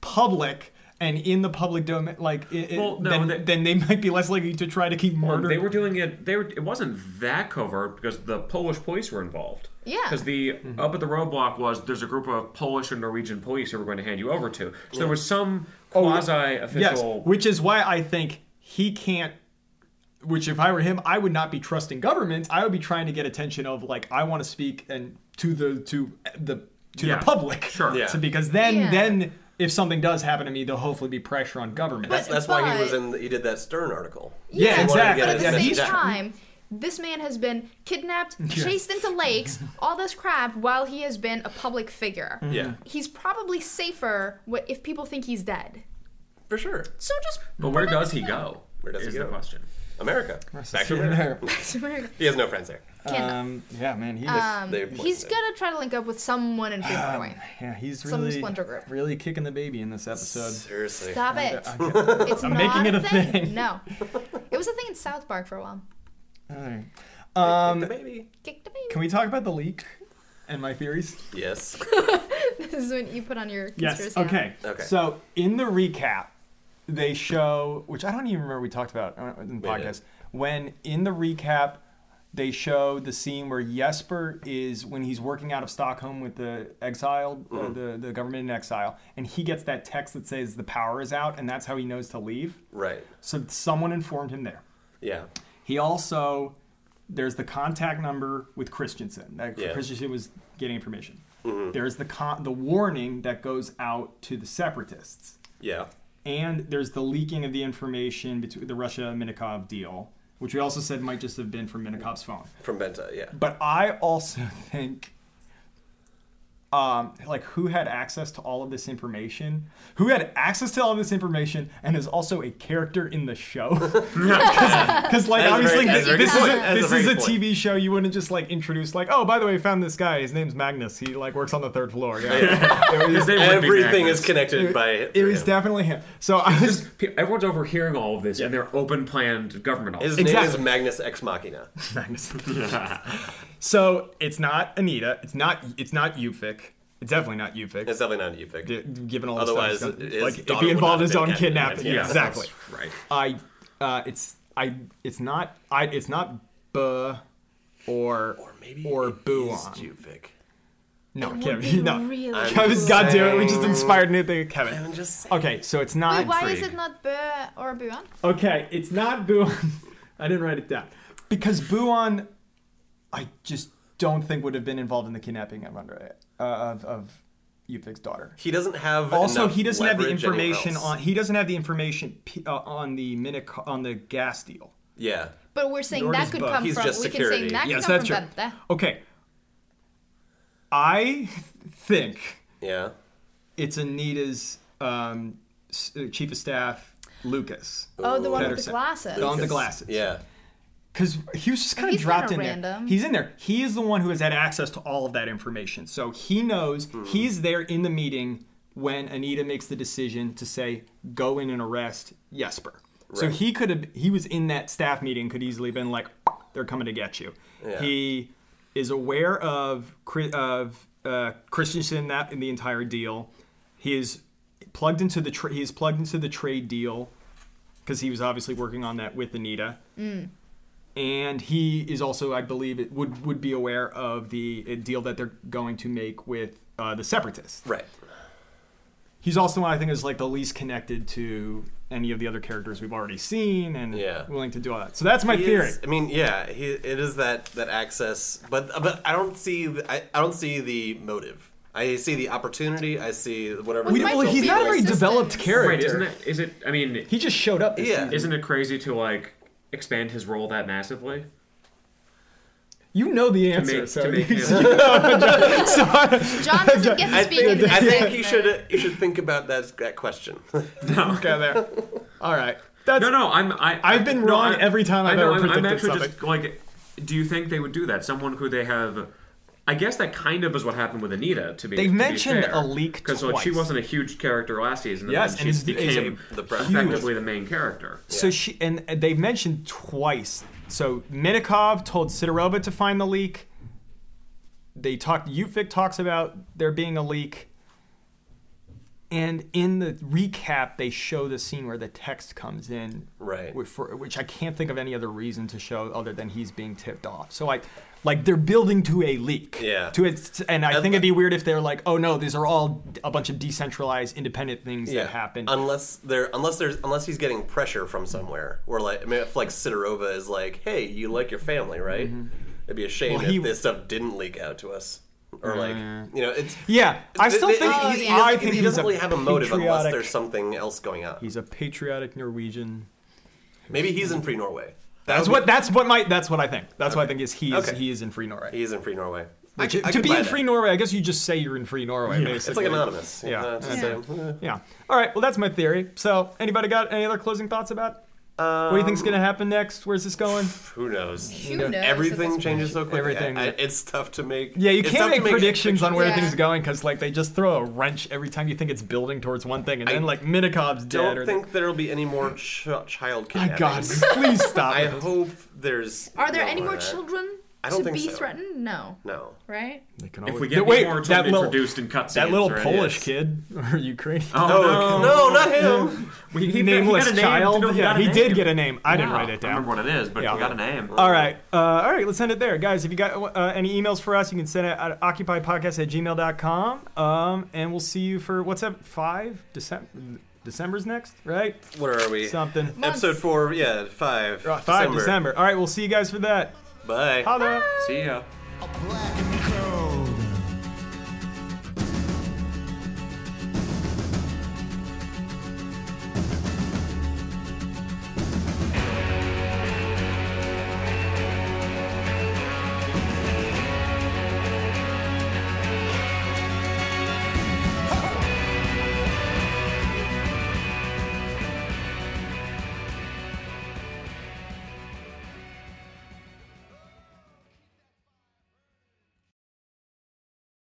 A: public and in the public domain, like i i-
C: Well, no,
A: then,
C: they-
A: then they might be less likely to try to keep
C: Well,
A: murder.
C: They were doing it. They were. It wasn't that covert because the Polish police were involved.
D: Yeah.
C: Because the up at the roadblock was there's a group of Polish and Norwegian police who were going to hand you over to. So there was some quasi
A: yes,
C: official.
A: which is why I think he can't. Which, if I were him, I would not be trusting governments. I would be trying to get attention of like I want to speak and to the to the to
C: Yeah,
A: the public.
C: sure.
B: Yeah.
A: So because then
D: Yeah.
A: then if something does happen to me, there'll hopefully be pressure on government.
B: That's, that's why he was
D: But-
B: in. He did that Stern article.
A: yeah,
D: Yeah,
A: exactly.
D: But at the
A: Yeah,
D: same
A: he's-
D: time, this man has been kidnapped, chased into lakes, all this crap, while he has been a public figure.
A: Mm-hmm.
B: Yeah,
D: He's probably safer wh- if people think he's dead.
B: for sure.
D: So just.
C: but where does he go?
B: Where does he
C: is
B: go?
C: the question.
B: America. Back to
A: Yeah,
B: America.
A: there.
B: He has no friends there.
D: Can,
A: Um, yeah, man, he
D: um,
B: they're
D: he's
B: poisoned.
D: gonna try to link up with someone in Free Runaway.
A: yeah, he's
D: some
A: really
D: splinter group.
A: really kicking the baby in this episode.
B: Seriously.
D: Stop it!
A: Okay.
D: It's
A: I'm
D: not
A: making it a thing.
D: No, it was a thing in South Park for a while.
A: All right.
B: Um, the baby.
D: Kick the baby.
A: Can we talk about the leak and my theories?
B: Yes.
D: this is when you put on your conspiracy. hat.
A: Okay.
B: Okay.
A: So in the recap, they show, which I don't even remember we talked about uh, in the
B: We did.
A: podcast, when in the recap, they show the scene where Jesper is when he's working out of Stockholm with the exiled,
B: Mm-hmm.
A: uh, the, the government in exile, and he gets that text that says the power is out, and that's how he knows to leave.
B: Right.
A: So someone informed him there.
B: Yeah.
A: He also there's the contact number with Christensen. That
B: Yeah.
A: Christensen was getting information. There's the con- the warning that goes out to the separatists,
B: Yeah.
A: and there's the leaking of the information between the Russia Minikov deal, which we also said might just have been from Minikov's phone.
B: From Benta. Yeah.
A: But I also think, um, like, who had access to all of this information? Who had access to all of this information and is also a character in the show? Because, like,
B: That's a
A: obviously,
B: very-
D: that's a very
A: this is
D: good point.
A: a,
B: That's a
A: this
B: very
A: is a
B: good point.
A: TV show. You wouldn't just like introduce, like, oh, by the way, I found this guy. His name's Magnus. He like works on the third floor. Yeah. It was-
C: His name would be
B: Everything is
C: Magnus.
B: connected by.
A: It was definitely him. So I was.
C: Pe- Everyone's overhearing all of this in their open planned government office.
B: His name
A: Exactly.
B: is Magnus Ex Machina.
A: Magnus. so it's not Anita. It's not. It's not Ufik. It's definitely not Ufik.
B: It's definitely not an epic.
A: gi- given all the
B: Otherwise,
A: stuff he's done.
B: his
A: like if
B: daughter
A: he
B: would
A: involved
B: not
A: his
B: have
A: own
B: been kidnapped,
A: kidnapping.
B: yeah.
C: Yeah,
A: exactly.
C: that's Right.
A: I, uh, it's I, it's not I, it's not buh or
B: Or maybe
A: or
B: it
A: boo
B: is
A: on.
B: Juvik.
A: No,
D: It
A: Kevin,
D: would be
A: no.
D: really
B: I'm
A: Kevin's
B: just
A: goddamn it. We just
B: saying.
A: inspired a new thing, Kevin.
B: I'm just saying.
A: Okay, so it's not.
D: Wait, why is
C: intrigue.
D: it not Bur or Buon?
A: Okay, it's not Buon. I didn't write it down because Buon, I just don't think would have been involved in the kidnapping of Andre uh, of of Yupik's daughter.
B: He doesn't have.
A: also
B: enough
A: he doesn't have the
B: leverage anywhere
A: information
B: else.
A: on he doesn't have the information p- uh, on the minute on the gas deal
B: Yeah.
D: But we're saying
A: Nor
D: that
A: does
D: could
A: Buck.
D: come
B: He's
D: from.
B: just
D: we can say
B: security.
D: that
A: Yes,
D: could
A: that's
D: come
A: true.
D: from
A: okay i think
B: Yeah.
A: it's anita's um, s- uh, chief of staff lucas
D: Benta. Oh, the one with the
A: Patterson.
D: glasses.
A: On the
B: Lucas.
A: glasses.
B: Yeah.
A: because he was just kind of
D: He's
A: dropped in
D: kinda
A: there
D: random.
A: he's in there he is the one who has had access to all of that information so he knows
B: Hmm.
A: he's there in the meeting when anita makes the decision to say go in and arrest jesper so
B: Right.
A: he could have he was in that staff meeting could easily been like they're coming to get you
B: Yeah.
A: he is aware of Chri- of uh, christensen that in the entire deal he is plugged into the tra- he is plugged into the trade deal because he was obviously working on that with anita
D: Mm.
A: and he is also, I believe, it would would be aware of the uh, deal that they're going to make with uh, the separatists.
B: Right.
A: He's also, I think, is like the least connected to any of the other characters we've already seen, and
B: Yeah.
A: willing to do all that. So that's my
B: He
A: theory.
B: is- I mean, yeah, he, it is that that access, but but I don't see I, I don't see the motive. I see the opportunity. I see whatever.
A: We
D: Might
A: well, he's
D: be
A: not a very
D: resistance.
A: developed
D: Right,
A: character.
C: Right? Isn't it? Is it? I mean,
A: He just showed up. This
B: Yeah.
A: season.
C: isn't it crazy to like expand his role that massively?
A: you know the
C: To
A: answer.
C: make,
A: so
C: to make
A: you-
C: him,
A: so I-
D: John doesn't get
B: I
D: to speak
B: think,
D: in this
B: I think you
D: segment.
B: should you should think about that that question.
A: okay, there. All right. That's
C: no, no, I'm. I,
A: I've been
C: no,
A: wrong
C: I-
A: every time
C: I
A: I've
C: know,
A: ever
C: I'm- I'm
A: predicted
C: actually
A: something.
C: just like, do you think they would do that? Someone who they have. I guess that kind of is what happened with Anita. To be
A: They've
C: to be
A: mentioned
C: fair.
A: a leak
C: because like, she
A: twice.
C: wasn't a huge character last season. And
A: Yes, and
C: then she
A: is- is a-
C: became
B: The press-
C: effectively the main character.
A: So she and they mentioned twice. So Minikov told Sidorova to find the leak. They talked. Ufik talks about there being a leak. And in the recap, they show the scene where the text comes in,
B: Right.
A: Which, for, which I can't think of any other reason to show other than he's being tipped off. So like, like they're building to a leak.
B: Yeah.
A: To it, and I
B: And
A: think
B: the-
A: it'd be weird if they're like, oh no, these are all a bunch of decentralized, independent things that happen.
B: Unless there, unless there's, unless he's getting pressure from somewhere, or like, I mean, if like Sidorova is like, "Hey, you like your family, right?" It'd be a shame
A: Mm-hmm. Well,
B: if
A: he-
B: this stuff didn't leak out to us, or like, you know, it's.
A: Yeah, I
B: th-
A: still
B: th-
A: think
B: he-
A: he's,
B: he doesn't-
A: I think
B: he
A: he's
B: doesn't
A: a
B: really have a motive unless
A: patriotic-
B: there's something else going on.
A: He's a patriotic Norwegian.
B: Maybe he's in free Norway.
A: That's what that's what my that's what I think. That's what I think is he is
B: Okay.
A: he is in free Norway.
B: he's in free Norway.
A: Which,
B: I c- I
A: to
B: could
A: be
B: buy
A: in
B: that.
A: free Norway, I guess you just say you're in free Norway. Basically.
B: it's like anonymous.
A: Yeah.
B: Uh, it's just
D: Yeah.
B: saying, eh.
A: Yeah. All right. Well, that's my theory. So, anybody got any other closing thoughts about? what do you
B: Um,
A: think's gonna happen next? Where's this going?
B: Who knows?
D: Who knows at
B: Everything
D: this
B: changes so quickly.
A: Everything.
B: I, I- it's tough to make.
A: Yeah, you
B: it's
A: can't
B: tough to
A: make predictions on where
D: Yeah.
A: things are going because like they just throw a wrench every time you think it's building towards one thing, and
B: I
A: then like Minikov's dead.
B: Don't
A: or
B: think there'll be any more ch- child
A: My
B: kidnappings.
A: God, please stop.
B: I
A: with this.
B: hope there's.
D: Are there
B: no
D: any more
B: that.
D: children
B: I don't
D: to
B: think
D: be
B: so.
D: threatened? No.
B: No.
D: Right?
A: They can
C: If we
A: always-
C: get
A: wait,
C: more
A: that
C: children
A: little,
C: introduced in cutscenes,
A: that little
C: right?
A: Polish
C: Yes.
A: kid or Ukrainian.
C: Oh,
A: Um,
B: No, no, not him.
C: We, Oh, he,
A: nameless
C: he got a name.
A: child.
C: No, he
A: yeah,
C: got a
A: he did
C: name.
A: get a name. I didn't
C: Wow.
A: write it
C: Ah, I don't
A: down.
C: remember what it is, but
A: Yeah.
C: he got a name.
A: All right, uh, all right. Let's end it there, guys. If you got uh, any emails for us, you can send it at occupypodcast at gmail.com. Um, and we'll see you for what's up five December. December's next, right?
B: Where are we?
A: Something.
D: Months.
B: Episode four. Yeah, five.
A: Uh, Five December. All right, we'll see you guys for that.
B: Bye.
A: Holla.
C: See ya.